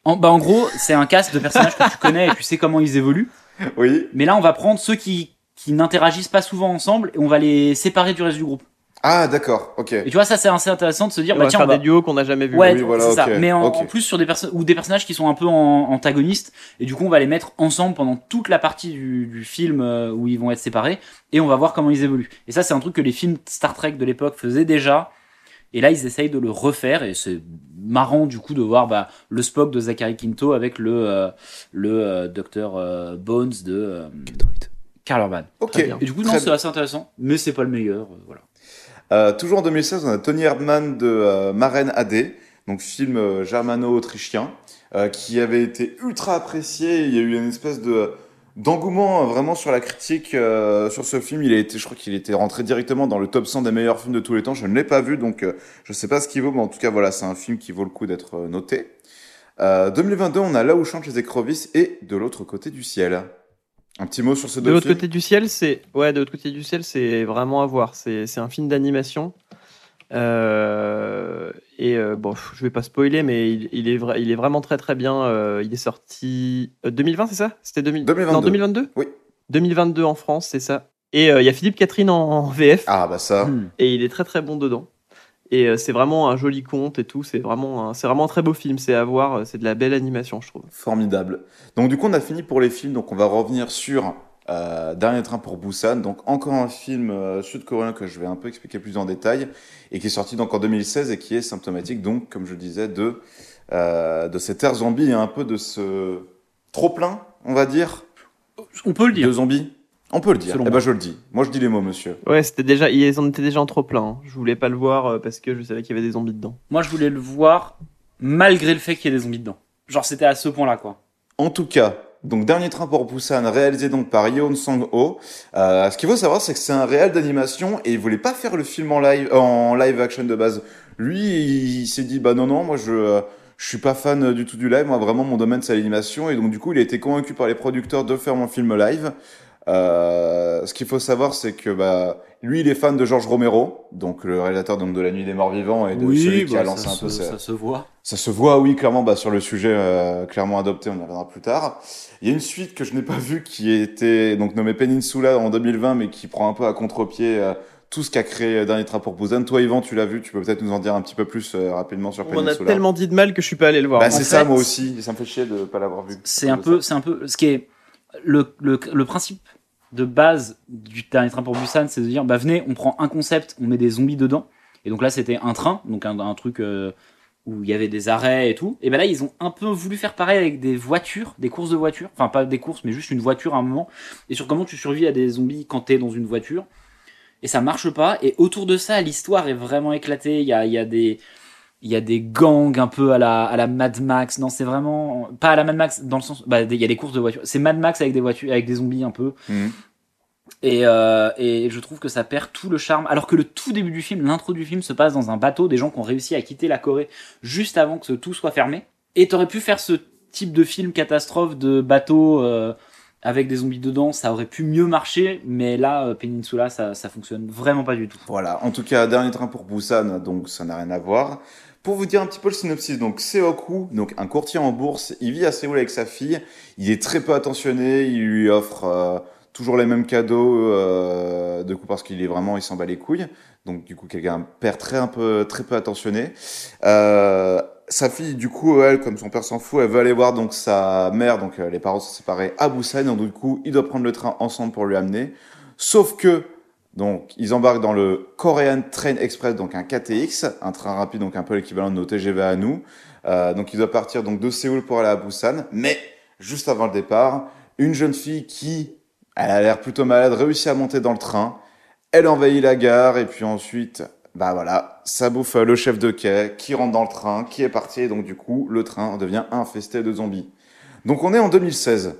S6: En, bah, en gros, c'est un casque de personnages que tu connais et tu sais comment ils évoluent.
S4: Oui.
S6: Mais là, on va prendre ceux qui, qui n'interagissent pas souvent ensemble et on va les séparer du reste du groupe.
S4: Ah, d'accord, ok.
S6: Et tu vois, ça, c'est assez intéressant de se dire,
S5: on
S6: bah
S5: va
S6: tiens,
S5: faire
S6: on va-
S5: des duos qu'on n'a jamais vus.
S6: Ouais,
S4: bah Oui, voilà,
S6: c'est
S4: ok,
S6: ça. Mais en,
S4: ok.
S6: en plus sur des personnes ou des personnages qui sont un peu en- antagonistes et du coup on va les mettre ensemble pendant toute la partie du, du film euh, où ils vont être séparés et on va voir comment ils évoluent. Et ça c'est un truc que les films Star Trek de l'époque faisaient déjà et là ils essayent de le refaire et c'est marrant du coup de voir bah, le Spock de Zachary Quinto avec le euh, le euh, docteur euh, Bones de euh, Karl Urban.
S4: ok.
S5: très bien.
S6: Et du coup
S4: Très
S6: non
S4: bien.
S6: c'est assez intéressant mais c'est pas le meilleur euh, voilà.
S4: Euh, toujours en 2016, on a Tony Erdmann de euh, Marraine AD, donc film euh, germano-autrichien, euh, qui avait été ultra apprécié. Il y a eu une espèce de d'engouement euh, vraiment sur la critique euh, sur ce film. Il a été, je crois qu'il était rentré directement dans le top 100 des meilleurs films de tous les temps. Je ne l'ai pas vu, donc euh, je ne sais pas ce qu'il vaut, mais en tout cas, voilà, c'est un film qui vaut le coup d'être euh, noté. Euh, 2022, on a Là où chantent les écrevisses et De l'autre côté du ciel. Un petit mot sur ces
S5: De
S4: deux
S5: l'autre
S4: films.
S5: côté du ciel, c'est ouais, de l'autre côté du ciel, c'est vraiment à voir. C'est c'est un film d'animation. Euh, et euh, bon, pff, je vais pas spoiler, mais il, il est vrai, il est vraiment très très bien. Euh, il est sorti euh, 2020, c'est ça C'était 2000 Non,
S4: 2022.
S5: 2022.
S4: Oui.
S5: 2022 en France, c'est ça. Et euh, il y a Philippe Catherine en, en VF,
S4: Ah bah ça.
S6: Hmm.
S5: et il est très très bon dedans. Et euh, c'est vraiment un joli conte et tout. C'est vraiment un- c'est vraiment un très beau film. C'est à voir. euh, C'est de la belle animation, je trouve.
S4: Formidable. Donc du coup, on a fini pour les films. Donc on va revenir sur euh, Dernier train pour Busan. Donc encore un film euh, sud-coréen que je vais un peu expliquer plus en détail et qui est sorti donc en 2016 et qui est symptomatique donc, comme je disais, de euh, de cette ère zombie et un peu de ce trop plein, on va dire,
S6: On peut le dire.
S4: de zombies. On peut le dire. eh
S6: Selon
S4: ben
S6: moi.
S4: je le dis. Moi je dis les mots, monsieur.
S5: Ouais, c'était déjà, ils en étaient déjà en trop plein. hein. Je voulais pas le voir euh, parce que je savais qu'il y avait des zombies dedans.
S6: Moi, je voulais le voir malgré le fait qu'il y ait des zombies dedans. Genre, c'était à ce point-là, quoi.
S4: En tout cas, donc Dernier train pour Busan, réalisé donc par Yeon Sang Ho. Euh, ce qu'il faut savoir, c'est que c'est un réel d'animation et il voulait pas faire le film en live, euh, en live action de base. Lui, il s'est dit bah non non, moi je euh, je suis pas fan euh, du tout du live. Moi vraiment mon domaine c'est l'animation et donc du coup il a été convaincu par les producteurs de faire mon film live. Euh, ce qu'il faut savoir, c'est que bah lui il est fan de George Romero, donc le réalisateur donc de La Nuit des Morts Vivants et de celui qui a lancé un peu sa-
S6: bah, se voit.
S4: ça se voit, oui, clairement, bah, sur le sujet euh, clairement adopté, on y reviendra plus tard. Il y a une suite que je n'ai pas vue qui était donc nommée Peninsula en 2020, mais qui prend un peu à contre-pied euh, tout ce qu'a créé Dernier Train pour Busan. Toi, Yvan, tu l'as vu, tu peux peut-être nous en dire un petit peu plus euh, rapidement sur
S5: On en a
S4: Peninsula.
S5: tellement dit de mal que je suis pas allé le voir.
S4: Bah,
S5: En
S4: c'est
S5: fait,
S4: ça, moi aussi. Ça me fait chier de ne pas l'avoir vu.
S6: C'est un peu, c'est un peu ce qui est le, le, le principe de base du dernier train pour Busan, c'est de dire bah venez, on prend un concept, on met des zombies dedans. Et donc là, c'était un train, donc un, un truc euh, où il y avait des arrêts et tout. Et ben là, ils ont un peu voulu faire pareil avec des voitures, des courses de voitures, enfin pas des courses, mais juste une voiture à un moment. Et sur comment tu survis à des zombies quand t'es dans une voiture. Et ça marche pas. Et autour de ça, l'histoire est vraiment éclatée. Il y a, il y a des il y a des gangs un peu à la, à la Mad Max. Non, c'est vraiment pas à la Mad Max dans le sens. Bah, des- il y a des courses de voitures. C'est Mad Max avec des voitures, avec des zombies un peu.
S4: Mhm.
S6: Et, euh, et je trouve que ça perd tout le charme. Alors que le tout début du film, l'intro du film se passe dans un bateau des gens qui ont réussi à quitter la Corée juste avant que ce tout soit fermé. Et t'aurais pu faire ce type de film catastrophe de bateau euh, avec des zombies dedans. Ça aurait pu mieux marcher, mais là, euh, Peninsula, ça, ça fonctionne vraiment pas du tout.
S4: Voilà, en tout cas, dernier train pour Busan, donc ça n'a rien à voir. Pour vous dire un petit peu le synopsis, donc Seoku, donc un courtier en bourse, il vit à Séoul avec sa fille, il est très peu attentionné, il lui offre euh, toujours les mêmes cadeaux, euh, de coup parce qu'il est vraiment, il s'en bat les couilles, donc du coup quelqu'un, un père très, un peu, très peu attentionné. Euh, sa fille, du coup, elle, comme son père s'en fout, elle veut aller voir donc sa mère, donc euh, les parents sont séparés à Busan, donc du coup, il doit prendre le train ensemble pour lui amener, sauf que... Donc, ils embarquent dans le Korean Train Express, donc un KTX, un train rapide, donc un peu l'équivalent de nos TGV à nous. Euh, donc, ils doivent partir donc de Séoul pour aller à Busan. Mais juste avant le départ, une jeune fille qui, elle a l'air plutôt malade, réussit à monter dans le train. Elle envahit la gare et puis ensuite, bah voilà, ça bouffe euh, le chef de quai qui rentre dans le train, qui est parti. Et donc, du coup, le train devient infesté de zombies. Donc, on est en 2016.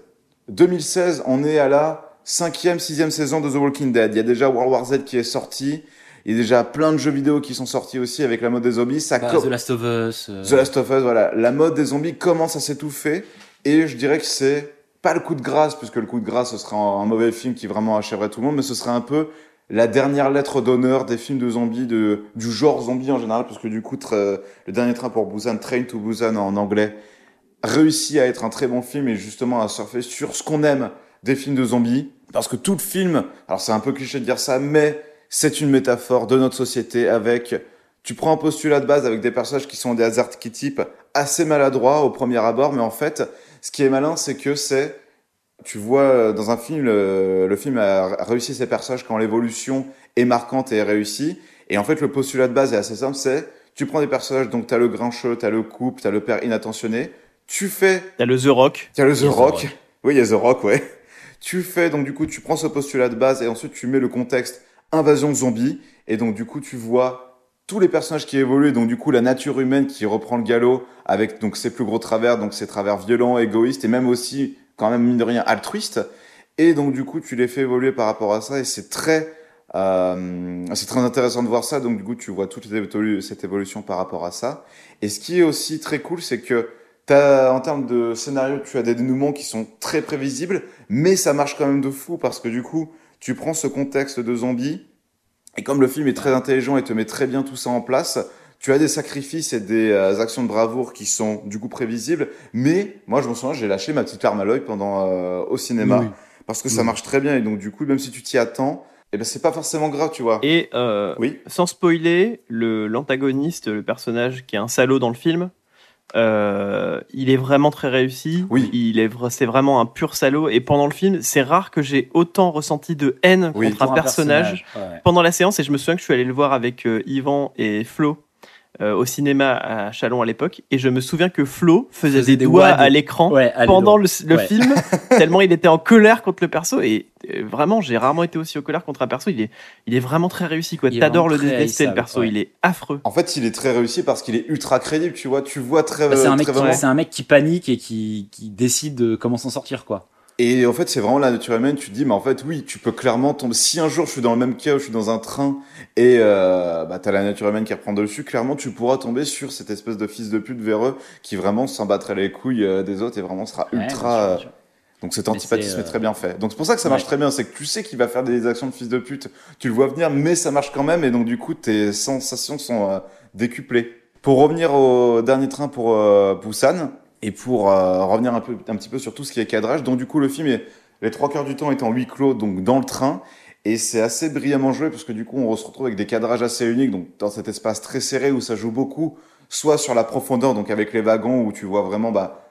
S4: 2016, on est à la cinquième, sixième saison de The Walking Dead. Il y a déjà World War Z qui est sorti. Il y a déjà plein de jeux vidéo qui sont sortis aussi avec la mode des zombies. Ça
S6: Bah,
S4: co-
S6: The Last of Us. euh,
S4: The Last of Us, voilà, la mode des zombies commence à s'étouffer et je dirais que c'est pas le coup de grâce puisque le coup de grâce ce serait un, un mauvais film qui vraiment achèverait tout le monde, mais ce serait un peu la dernière lettre d'honneur des films de zombies de du genre zombie en général parce que du coup tra- le dernier train pour Busan, Train to Busan en anglais, réussit à être un très bon film et justement à surfer sur ce qu'on aime des films de zombies parce que tout le film, alors c'est un peu cliché de dire ça, mais c'est une métaphore de notre société avec tu prends un postulat de base avec des personnages qui sont des hasards qui typent assez maladroits au premier abord, mais en fait, ce qui est malin, c'est que c'est, tu vois, euh, dans un film, le, le film a réussi ses personnages quand l'évolution est marquante et est réussie. Et en fait, le postulat de base est assez simple, c'est, tu prends des personnages, donc t'as le grincheux, t'as le couple, t'as le père inattentionné, tu fais
S5: T'as le The Rock.
S4: il y a le The
S6: The
S4: Rock.
S6: Rock.
S4: Oui, il y a The Rock, ouais. Tu fais, donc du coup, tu prends ce postulat de base et ensuite tu mets le contexte invasion zombie. Et donc, du coup, tu vois tous les personnages qui évoluent. Donc, du coup, la nature humaine qui reprend le galop avec donc ses plus gros travers, donc ses travers violents, égoïstes et même aussi, quand même, mine de rien, altruistes. Et donc, du coup, tu les fais évoluer par rapport à ça et c'est très. euh, c'est très intéressant de voir ça, donc du coup tu vois toute évolu- cette évolution par rapport à ça. Et ce qui est aussi très cool, c'est que T'as, en termes de scénario, tu as des dénouements qui sont très prévisibles, mais ça marche quand même de fou parce que du coup, tu prends ce contexte de zombie et comme le film est très intelligent et te met très bien tout ça en place, tu as des sacrifices et des euh, actions de bravoure qui sont du coup prévisibles. Mais moi, je me souviens, j'ai lâché ma petite larme à l'œil pendant euh, au cinéma
S6: Oui.
S4: parce que ça marche très bien et donc du coup, même si tu t'y attends, eh ben c'est pas forcément grave, tu vois.
S5: Et euh,
S4: Oui.
S5: sans spoiler, le- l'antagoniste, le, personnage qui est un salaud dans le film, euh, il est vraiment très réussi.
S4: Oui.
S5: Il est, vra- c'est vraiment un pur salaud. Et pendant le film, c'est rare que j'ai autant ressenti de haine
S4: Oui.
S5: contre un personnage
S6: ouais.
S5: pendant la séance, et je me souviens que je suis allé le voir avec euh, Yvan et Flo euh, au cinéma à Chalon à l'époque, et je me souviens que Flo faisait,
S6: Faisait
S5: des,
S6: des
S5: doigts
S6: wads.
S5: à
S4: Hein
S5: l'écran
S6: Ouais, allez,
S5: pendant
S6: donc.
S5: le, le
S6: Ouais.
S5: film, tellement il était en colère contre le perso, et euh, vraiment, j'ai rarement été aussi en colère contre un perso, il est, il est vraiment très réussi, quoi.
S6: Il est
S5: T'adores le
S6: vraiment très
S5: détester, le
S6: haïssable,
S5: perso,
S6: ouais.
S5: il est affreux.
S4: En fait, il est très réussi parce qu'il est ultra crédible, tu vois. Tu vois très,
S6: Bah, c'est un,
S4: très
S6: mec qui-
S4: vraiment-
S6: c'est un mec qui panique et qui, qui décide de comment s'en sortir, quoi.
S4: Et en fait, c'est vraiment la nature humaine. Tu te dis, mais en fait, oui, tu peux clairement tomber. Si un jour je suis dans le même cas, où je suis dans un train et euh, bah, t'as la nature humaine qui reprend dessus, clairement, tu pourras tomber sur cette espèce de fils de pute véreux qui vraiment s'en battrait les couilles euh, des autres et vraiment sera
S6: Ouais,
S4: ultra.
S6: bien
S4: euh,
S6: sûr, bien sûr.
S4: donc cet
S6: Mais
S4: antipathisme
S6: c'est, euh,
S4: est très bien fait. Donc c'est pour ça que ça marche
S6: Ouais.
S4: très bien. C'est que tu sais qu'il va faire des actions de fils de pute. Tu le vois venir, mais ça marche quand même. Et donc du coup, tes sensations sont euh, décuplées. Pour revenir au dernier train pour euh, Busan et pour euh, revenir un, peu, un petit peu sur tout ce qui est cadrage. Donc du coup, le film est les trois quarts du temps est en huis clos, donc dans le train. Et c'est assez brillamment joué parce que du coup, on se retrouve avec des cadrages assez uniques, donc dans cet espace très serré où ça joue beaucoup, soit sur la profondeur, donc avec les wagons où tu vois vraiment, bah,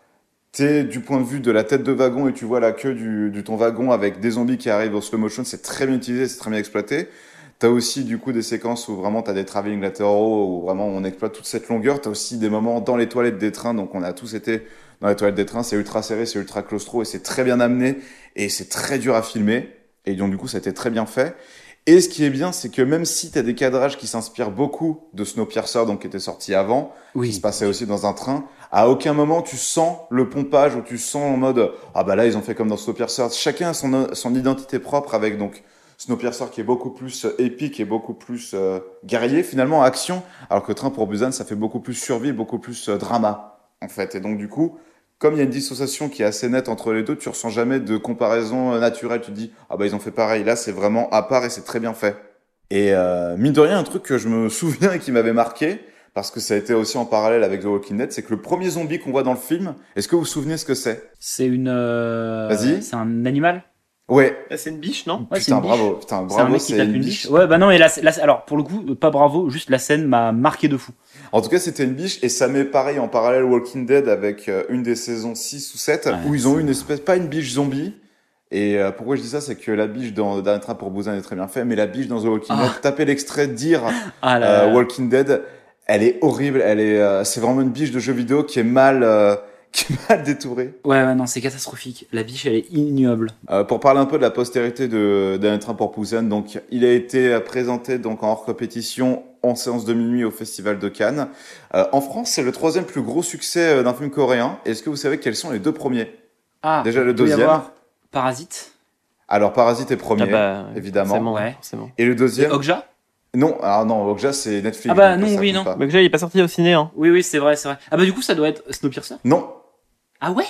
S4: t'es du point de vue de la tête de wagon et tu vois la queue du, du ton wagon avec des zombies qui arrivent au slow motion. C'est très bien utilisé, c'est très bien exploité. T'as aussi du coup des séquences où vraiment t'as des travelling latéraux, où vraiment on exploite toute cette longueur. T'as aussi des moments dans les toilettes des trains, donc on a tous été dans les toilettes des trains. C'est ultra serré, c'est ultra claustro et c'est très bien amené et c'est très dur à filmer. Et donc du coup, ça a été très bien fait. Et ce qui est bien, c'est que même si t'as des cadrages qui s'inspirent beaucoup de Snowpiercer, donc qui était sorti avant, qui se passait aussi dans un train. À aucun moment tu sens le pompage ou tu sens en mode ah bah là ils ont fait comme dans Snowpiercer. Chacun a son son identité propre avec donc Snowpiercer qui est beaucoup plus euh, épique et beaucoup plus euh, guerrier finalement action, alors que Train pour Busan ça fait beaucoup plus survie, beaucoup plus euh, drama en fait. Et donc du coup comme il y a une dissociation qui est assez nette entre les deux, tu ressens jamais de comparaison euh, naturelle. Tu te dis ah bah ils ont fait pareil. Là c'est vraiment à part et c'est très bien fait. Et euh, mine de rien un truc que je me souviens et qui m'avait marqué, parce que ça a été aussi en parallèle avec The Walking Dead, c'est que le premier zombie qu'on voit dans le film, est-ce que vous vous souvenez ce que c'est
S6: C'est une. euh,
S4: Vas-y.
S6: C'est un animal
S4: Ouais.
S5: Là, Bah, c'est une biche, non
S6: Ouais, c'est
S4: putain,
S6: une biche.
S4: bravo, putain,
S6: C'est un
S4: bravo,
S6: mec qui
S4: c'est
S6: tape
S4: une
S6: une
S4: biche.
S6: biche. Ouais, bah non, mais là, c'est- là, c'est- alors pour le coup, pas bravo, juste la scène m'a marqué de fou.
S4: En tout cas, c'était une biche et ça met pareil en parallèle Walking Dead avec euh, une des saisons 6 ou 7
S6: Ouais,
S4: où ils ont eu une espèce, pas une biche zombie. Et euh, pourquoi je dis ça, c'est que la biche dans Dernier Train pour Busan est très bien faite, mais la biche dans The Walking
S6: Ah.
S4: Dead, tapez l'extrait, dire
S6: Ah là.
S4: euh,
S6: là.
S4: Walking Dead, elle est horrible, elle est, euh, c'est vraiment une biche de jeu vidéo qui est mal, euh, qui est mal détourée.
S6: Ouais, ouais, non, c'est catastrophique. La biche, elle est ignoble.
S4: Euh, pour parler un peu de la postérité de d'un train pour Poussin, donc il a été euh, présenté donc en hors compétition en séance de minuit au Festival de Cannes. Euh, en France, c'est le troisième plus gros succès euh, d'un film coréen. Est-ce que vous savez quels sont les deux premiers
S6: Ah,
S4: Déjà le
S6: il doit y
S4: deuxième.
S6: avoir Parasite.
S4: Alors Parasite est premier,
S5: Ah bah,
S4: évidemment.
S5: forcément,
S6: Ouais.
S5: forcément.
S4: et le
S6: Et
S4: deuxième.
S6: Okja
S4: Non, ah non, Okja c'est Netflix.
S6: Ah bah
S4: donc
S6: non,
S4: ça
S6: oui,
S4: compte
S6: non.
S4: pas.
S5: Mais déjà, il est pas sorti au ciné, hein.
S6: Oui, oui, c'est vrai, c'est vrai. Ah bah du coup, ça doit être Snowpiercer.
S4: Non,
S6: Ah ouais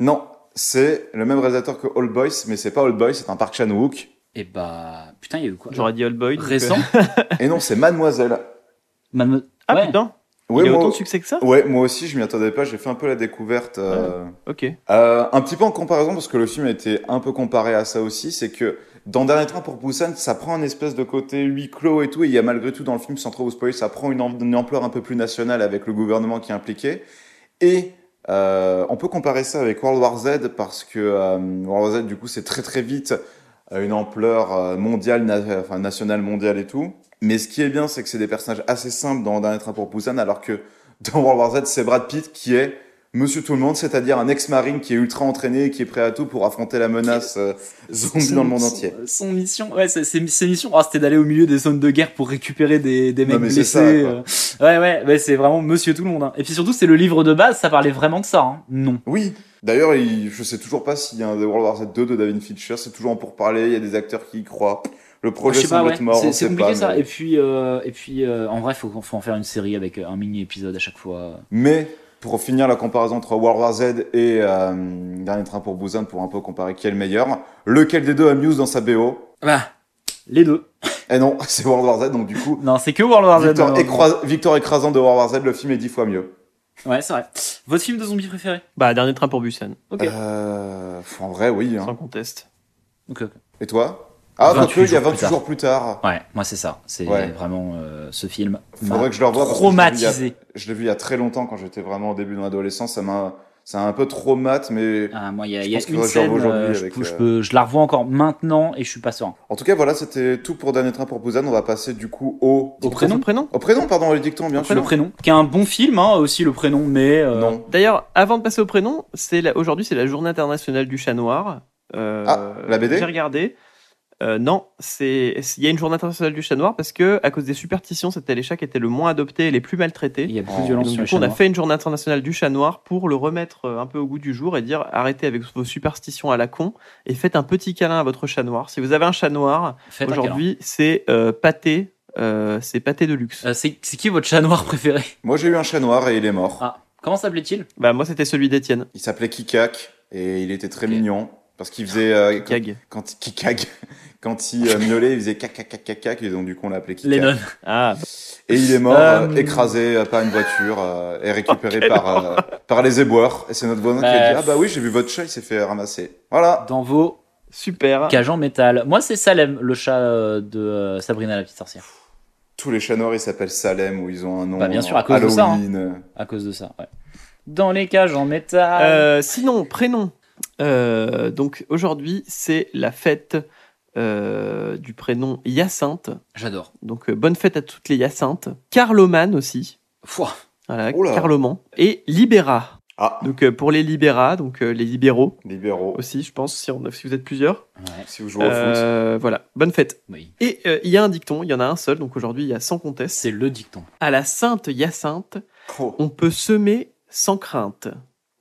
S4: non, c'est le même réalisateur que Old Boys, mais c'est pas Old Boys, c'est un Park Chan Wook.
S6: Et bah, putain, il y a eu quoi
S5: J'aurais dit Old Boy. donc, euh,
S6: Récent
S4: et non, c'est Mademoiselle.
S6: Mademoiselle-
S5: Ah
S6: Ouais.
S5: putain,
S4: Ouais,
S5: il y a
S4: moi,
S5: autant de succès que ça
S4: ouais, moi aussi, je m'y attendais pas. J'ai fait un peu la découverte. euh,
S5: Ok.
S4: Euh, un petit peu en comparaison, parce que le film a été un peu comparé à ça aussi, c'est que dans Dernier Train pour Busan, ça prend un espèce de côté huis clos et tout, et il y a malgré tout dans le film, sans trop vous spoiler, ça prend une, am- une ampleur un peu plus nationale avec le gouvernement qui est impliqué. Et euh, on peut comparer ça avec World War Z, parce que euh, World War Z, du coup, c'est très très vite à une ampleur euh, mondiale, na- enfin nationale, mondiale et tout. Mais ce qui est bien, c'est que c'est des personnages assez simples dans Dernier Train pour Busan, alors que dans World War Z, c'est Brad Pitt qui est Monsieur Tout le Monde, c'est-à-dire un ex-marine qui est ultra entraîné et qui est prêt à tout pour affronter la menace euh, zombie
S6: Son-
S4: dans le monde
S6: son-
S4: entier.
S6: Son, mission, ouais, c'est- c'est- ses missions, ah, c'était d'aller au milieu des zones de guerre pour récupérer des, des
S4: Non,
S6: mecs
S4: mais c'est
S6: blessés.
S4: ça,
S6: euh. Ouais, ouais, ouais, c'est vraiment monsieur tout le monde. hein. Et puis surtout, c'est le livre de base, ça parlait vraiment de ça. hein. Non.
S4: Oui. D'ailleurs, il- je sais toujours pas s'il y a un The World War Z 2 de David Fincher. C'est toujours en pourparler. Il y a des acteurs qui y croient. Le projet
S6: Je sais pas,
S4: semble
S6: ouais.
S4: être mort.
S6: C'est-
S4: on
S6: C'est
S4: sait
S6: compliqué
S4: pas.
S6: ça.
S4: mais-
S6: Et puis, euh, et puis euh, en vrai, faut, faut en faire une série avec euh, un mini épisode à chaque fois.
S4: Mais pour finir la comparaison entre World War Z et euh, Dernier Train pour Busan, pour un peu comparer qui est le meilleur, lequel des deux a Muse dans sa BO
S6: Bah, les deux.
S4: Eh non, c'est World War Z. Donc du coup,
S6: Non, c'est que World War Z.
S4: Victor,
S6: malheureusement.
S4: écrasant Victor écrasant de World War Z, le film est dix fois mieux.
S6: Ouais, c'est vrai. Votre film de zombie préféré
S5: Bah, dernier train pour Busan,
S6: Ok.
S4: Euh, pff, en vrai, oui. hein.
S5: sans conteste.
S6: Ok, ok.
S4: Et toi Ah,
S6: 28
S4: quoique, il y a 28
S6: jours plus tard.
S4: jours plus tard.
S6: Ouais, moi c'est ça. C'est
S4: Ouais.
S6: vraiment euh, ce film. m'a
S4: Faudrait que je le revoie. parce que je l'ai vu il y a-
S6: Traumatisé.
S4: Je l'ai vu il y a très longtemps quand j'étais vraiment au début de mon adolescence. Ça m'a, ça m'a un peu traumat, mais
S6: Ah, moi, il y a,
S4: Je
S6: il y a
S4: pense qu'il
S6: une
S4: faudrait que je la
S6: scène,
S4: revoie aujourd'hui
S6: euh, je,
S4: avec,
S6: peux- je
S4: euh,
S6: peux- je la revois encore maintenant et je suis pas serein.
S4: en tout cas, voilà, c'était tout pour Dernier Train pour Busan. On va passer du coup au,
S6: Au prénom
S5: prénom
S4: au prénom, pardon, les dictons, bien
S6: Le
S4: sûr.
S6: prénom, qui est un bon film, hein, aussi le prénom, mais... euh,
S4: Non.
S5: D'ailleurs, avant de passer au prénom, c'est la- aujourd'hui c'est la journée internationale du chat noir. Euh,
S4: Ah, la BD
S5: J'ai regardé. Euh, non, c'est il y a une journée internationale du chat noir parce que à cause des superstitions, c'était les chats qui étaient le moins adoptés et les plus maltraités.
S6: Il y a beaucoup
S4: Oh.
S6: de
S5: Et
S6: violence
S5: donc,
S6: sur
S5: du
S6: les
S5: coup, on
S6: chaînes
S5: a
S6: noires.
S5: fait une journée internationale du chat noir pour le remettre euh, un peu au goût du jour et dire arrêtez avec vos superstitions à la con et faites un petit câlin à votre chat noir. Si vous avez un chat noir,
S6: Faites un
S5: aujourd'hui c'est euh, pâté, euh, c'est pâté de luxe.
S6: câlin. Euh, c'est c'est qui votre chat noir préféré
S4: Moi, j'ai eu un chat noir et il est mort.
S6: Ah, comment s'appelait-il
S5: Bah moi c'était celui d'Étienne.
S4: Il s'appelait Kikak et il était très
S6: Ok. Ah,
S4: mignon parce qu'il faisait euh, quand,
S5: Gag.
S4: quand il Kikak, quand il euh, miaulait, il faisait cac cac cac cac cac et donc du coup on l'appelait Kikak.
S6: Lennon.
S5: Ah,
S4: Et il est mort,
S6: Euh,
S4: euh, écrasé euh, par une voiture euh, et récupéré par, euh, par les éboueurs. Et c'est notre voisin qui a
S6: Bah,
S4: dit Ah bah oui, j'ai vu votre chat, il s'est fait ramasser. Voilà.
S6: Dans vos
S5: Super.
S6: Cage en métal. Moi, c'est Salem, le chat euh, de euh, Sabrina la petite sorcière.
S4: Tous les chats noirs, ils s'appellent Salem ou ils ont un nom. euh,
S6: Bah, bien sûr, à cause de ça, hein.
S4: Halloween.
S6: À cause de ça, ouais. Dans les cages en métal.
S5: Euh, sinon, prénom. Euh, donc aujourd'hui, c'est la fête euh, du prénom Hyacinthe.
S6: J'adore.
S5: Donc euh, bonne fête à toutes les Hyacinthes. Carloman aussi.
S6: Pouah.
S5: Voilà,
S4: Oula.
S5: Carloman. Et Libéra.
S4: Ah,
S5: Donc euh, pour les Libéra, donc euh, les libéraux
S4: libéraux.
S5: aussi, je pense, si, on, si vous êtes plusieurs.
S6: Ouais.
S4: Si vous jouez au foot.
S5: Euh, voilà, bonne fête.
S6: Oui.
S5: Et euh, il y a un dicton, il y en a un seul, donc aujourd'hui il y a 100 comtesses.
S6: C'est le dicton.
S5: À la Sainte Hyacinthe,
S4: Oh.
S5: on peut semer sans crainte.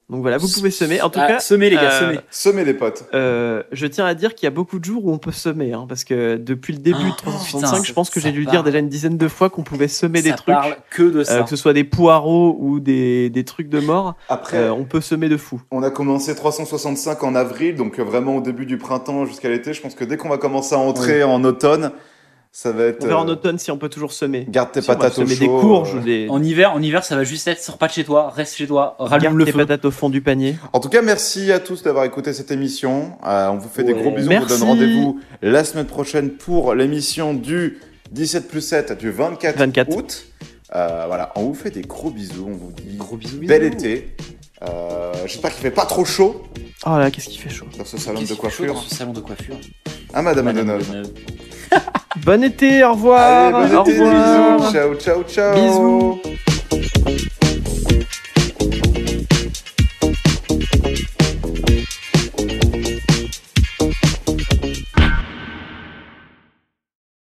S5: Donc voilà, vous pouvez semer. En tout
S6: Ah,
S5: cas,
S6: semez les gars,
S5: euh,
S6: semez.
S4: Semez les potes.
S5: Euh, je tiens à dire qu'il y a beaucoup de jours où on peut semer, hein, parce que depuis le début de
S6: Oh,
S5: 365,
S6: putain,
S5: je pense que
S6: ça
S5: j'ai dû
S6: part.
S5: dire déjà une dizaine de fois qu'on pouvait semer
S6: ça
S5: des trucs,
S6: parle que de
S5: euh,
S6: ça.
S5: que ce soit des poireaux ou des, des trucs de mort,
S4: Après,
S5: euh, on peut semer de fou.
S4: on a commencé 365 en avril, donc euh, vraiment au début du printemps jusqu'à l'été. Je pense que dès qu'on va commencer à entrer en automne, ça va être.
S5: On verra en
S4: euh,
S5: automne si on peut toujours semer.
S4: Garde tes
S5: Si on va
S4: patates au
S5: semer
S4: chaud.
S5: des courges
S4: euh.
S5: ou des
S6: En hiver, en hiver, ça va juste être sors pas de chez toi, reste chez toi, rallume
S5: garde
S6: le
S5: tes
S6: feu.
S5: patates au fond du panier.
S4: En tout cas, merci à tous d'avoir écouté cette émission. Euh, on vous fait des
S6: Ouais.
S4: gros bisous. On vous
S5: Merci.
S4: donne rendez-vous la semaine prochaine pour l'émission du 17 plus 7 du 24,
S5: 24.
S4: août. Euh, voilà, on vous fait des gros bisous. On vous dit
S6: Gros bisous.
S4: bel
S6: bisous.
S4: été. Euh, J'espère qu'il fait pas trop chaud
S5: Oh là, qu'est-ce qui fait chaud.
S4: dans ce salon
S6: Qu'est-ce
S4: de
S6: qu'il fait chaud dans
S4: coiffure.
S6: ce salon de coiffure.
S4: Hein, Madame,
S6: Madame
S4: O'Donnell
S6: Deneuve.
S5: Bon été, au revoir.
S4: Allez, bon
S5: au
S4: été,
S5: revoir.
S4: bisous. Ciao, ciao, ciao.
S5: Bisous.